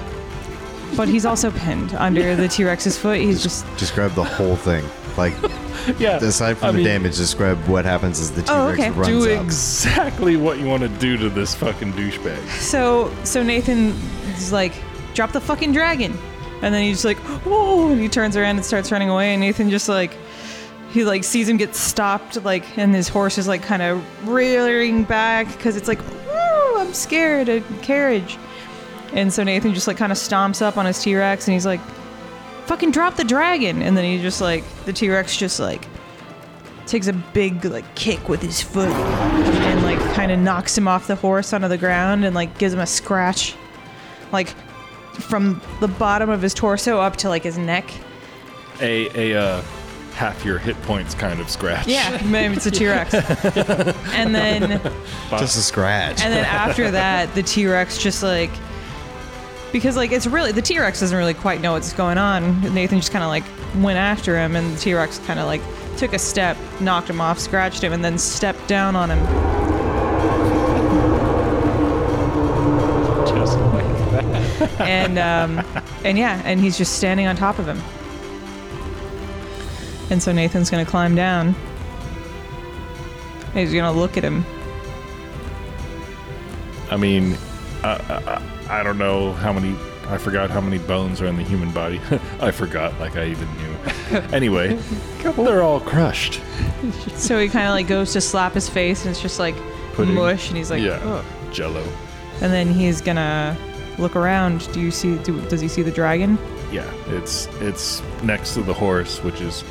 [SPEAKER 3] But he's also pinned under the T Rex's foot. He's just
[SPEAKER 2] Just grab the whole thing. Like,
[SPEAKER 1] yeah.
[SPEAKER 2] aside from
[SPEAKER 1] I
[SPEAKER 2] the
[SPEAKER 1] mean,
[SPEAKER 2] damage, just grab what happens as the T Rex
[SPEAKER 3] Oh, okay.
[SPEAKER 2] runs
[SPEAKER 1] Do
[SPEAKER 2] up.
[SPEAKER 1] exactly what you want to do to this fucking douchebag.
[SPEAKER 3] So so Nathan is like, drop the fucking dragon. And then he's just like, whoa, and he turns around and starts running away, and Nathan just like he like sees him get stopped, like, and his horse is like kind of reeling back because it's like, whoa, I'm scared, a carriage. And so Nathan just like kind of stomps up on his T Rex and he's like, fucking drop the dragon. And then he just like, the T Rex just like takes a big like kick with his foot and like kind of knocks him off the horse onto the ground and like gives him a scratch like from the bottom of his torso up to like his neck
[SPEAKER 1] A a uh, half your hit points kind of scratch.
[SPEAKER 3] yeah maybe it's a t-rex and then
[SPEAKER 2] Just a scratch.
[SPEAKER 3] and then after that the t-rex just like because like it's really the t-rex doesn't really quite know what's going on nathan just kind of like went after him and the t-rex kind of like took a step knocked him off scratched him and then stepped down on him
[SPEAKER 4] Just like that.
[SPEAKER 3] and um, and yeah, and he's just standing on top of him. And so Nathan's gonna climb down. And He's gonna look at him.
[SPEAKER 1] I mean, I, I, I don't know how many. I forgot how many bones are in the human body. I forgot, like I even knew. Anyway, they're all crushed.
[SPEAKER 3] So he kind of like goes to slap his face, and it's just like
[SPEAKER 1] Pudding.
[SPEAKER 3] mush, and he's like, oh.
[SPEAKER 1] yeah,
[SPEAKER 3] "Ugh."
[SPEAKER 1] Jello.
[SPEAKER 3] and then he's gonna look around. Do you see? Do, does he see the dragon?
[SPEAKER 1] Yeah, it's it's next to the horse, which is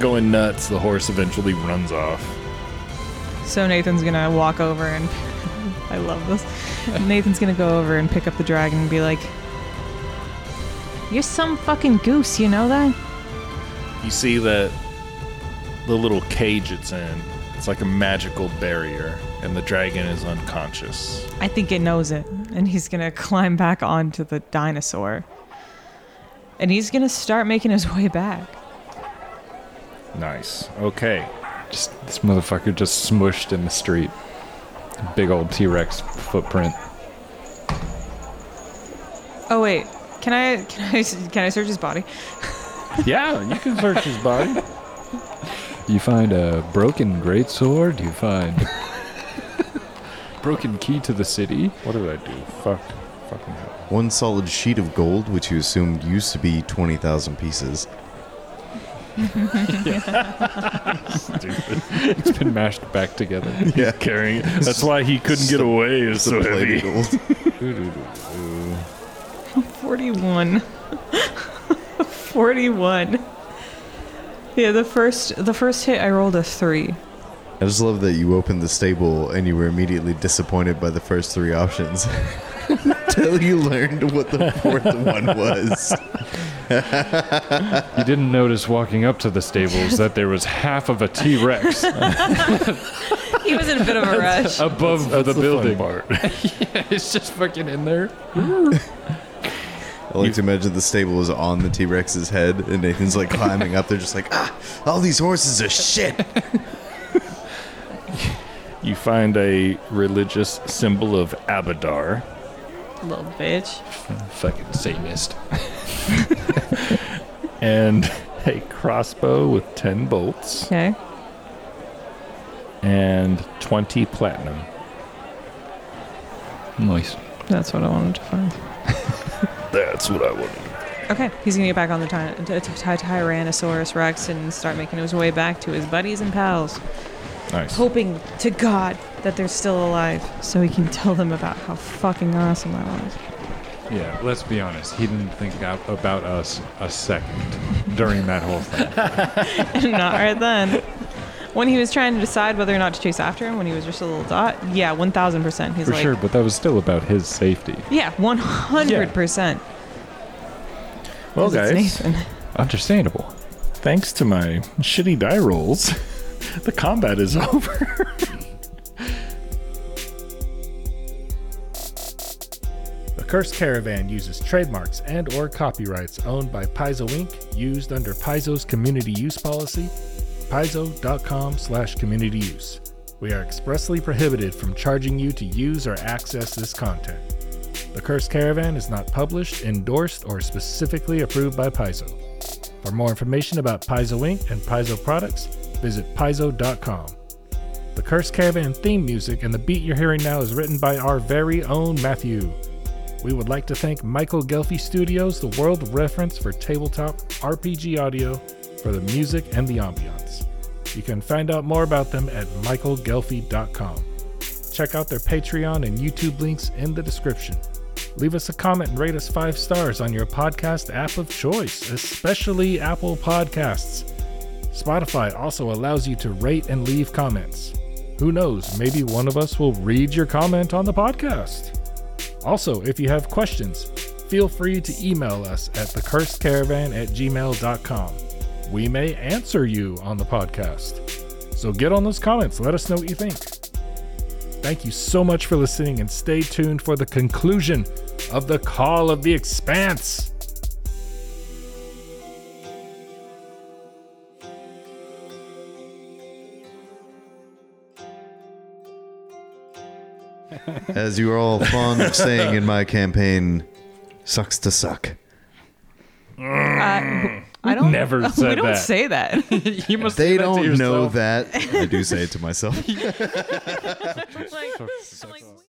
[SPEAKER 1] going nuts. The horse eventually runs off.
[SPEAKER 3] So Nathan's gonna walk over and I love this. Nathan's gonna go over and pick up the dragon and be like, "You're some fucking goose, you know that?"
[SPEAKER 1] You see that the little cage it's in. It's like a magical barrier, and the dragon is unconscious.
[SPEAKER 3] I think it knows it, and he's gonna climb back onto the dinosaur. And he's gonna start making his way back.
[SPEAKER 1] Nice. Okay.
[SPEAKER 4] Just this motherfucker just smushed in the street. Big old T Rex footprint.
[SPEAKER 3] Oh wait, can I can I can I search his body?
[SPEAKER 1] Yeah, you can search his body.
[SPEAKER 4] You find a broken greatsword. You find broken key to the city.
[SPEAKER 1] What did I do? Fuck.
[SPEAKER 8] fucking hell.
[SPEAKER 2] One solid sheet of gold, which you assumed used to be 20,000 pieces,
[SPEAKER 4] It's been mashed back together.
[SPEAKER 2] Yeah.
[SPEAKER 8] Carrying it. That's why he couldn't get away. It's so
[SPEAKER 2] plated
[SPEAKER 8] heavy.
[SPEAKER 2] gold.
[SPEAKER 3] 41. 41. Yeah, the first the first hit I rolled a 3.
[SPEAKER 2] I just love that you opened the stable and you were immediately disappointed by the first three options. Until you learned what the fourth one was.
[SPEAKER 4] You didn't notice walking up to the stables that there was half of a T Rex
[SPEAKER 3] He was in a bit of a rush.
[SPEAKER 4] above the, building.
[SPEAKER 8] part.
[SPEAKER 4] it's just fucking in there.
[SPEAKER 2] I like to imagine the stable was on the T Rex's head and Nathan's like climbing up there, just like, ah, all these horses are shit.
[SPEAKER 8] You find a religious symbol of Abadar.
[SPEAKER 3] Little bitch.
[SPEAKER 4] Fucking Satanist.
[SPEAKER 8] and a crossbow with 10 bolts
[SPEAKER 3] Okay.
[SPEAKER 8] and 20 platinum.
[SPEAKER 4] Nice.
[SPEAKER 3] That's what I wanted to find.
[SPEAKER 8] That's what I wanted.
[SPEAKER 3] Okay, he's gonna get back on the ty- t- t- ty- Tyrannosaurus Rex and start making his way back to his buddies and pals,
[SPEAKER 8] Nice.
[SPEAKER 3] hoping to God that they're still alive so he can tell them about how fucking awesome that was.
[SPEAKER 4] Yeah, let's be honest. He didn't think ab- about us a second during that whole thing.
[SPEAKER 3] not right then. When he was trying to decide whether or not to chase after him, when he was just a little dot, yeah, one thousand percent. He's
[SPEAKER 4] For
[SPEAKER 3] like,
[SPEAKER 4] sure, but that was still about his safety.
[SPEAKER 3] yeah, one hundred percent.
[SPEAKER 8] well, guys,
[SPEAKER 3] Nathan.
[SPEAKER 4] Understandable.
[SPEAKER 8] thanks to my shitty die rolls, the combat is over.
[SPEAKER 1] The Curse Caravan uses trademarks and or copyrights owned by Paizo Inc. used under Paizo's community use policy, paizo.com slash community use. We are expressly prohibited from charging you to use or access this content. The Curse Caravan is not published, endorsed, or specifically approved by Paizo. For more information about Paizo Inc. and Paizo products, visit paizo.com. The Curse Caravan theme music and the beat you're hearing now is written by our very own Matthew. We would like to thank Michael Gelfi Studios, the world reference for tabletop RPG audio, for the music and the ambiance. You can find out more about them at michaelgelfi.com. Check out their Patreon and YouTube links in the description. Leave us a comment and rate us five stars on your podcast app of choice, especially Apple Podcasts. Spotify also allows you to rate and leave comments. Who knows, maybe one of us will read your comment on the podcast. Also, if you have questions, feel free to email us at thecursedcaravan at gmail.com. We may answer you on the podcast. So get on those comments. Let us know what you think. Thank you so much for listening and stay tuned for the conclusion of The Call of the Expanse.
[SPEAKER 2] As you are all fond of saying in my campaign, sucks to suck.
[SPEAKER 3] I, I don't
[SPEAKER 4] never
[SPEAKER 3] we
[SPEAKER 4] said
[SPEAKER 3] don't
[SPEAKER 4] that.
[SPEAKER 3] say that.
[SPEAKER 4] you must
[SPEAKER 2] They
[SPEAKER 4] do that to
[SPEAKER 2] don't know
[SPEAKER 4] yourself.
[SPEAKER 2] that. I do say it to myself.
[SPEAKER 3] Like- I'm like,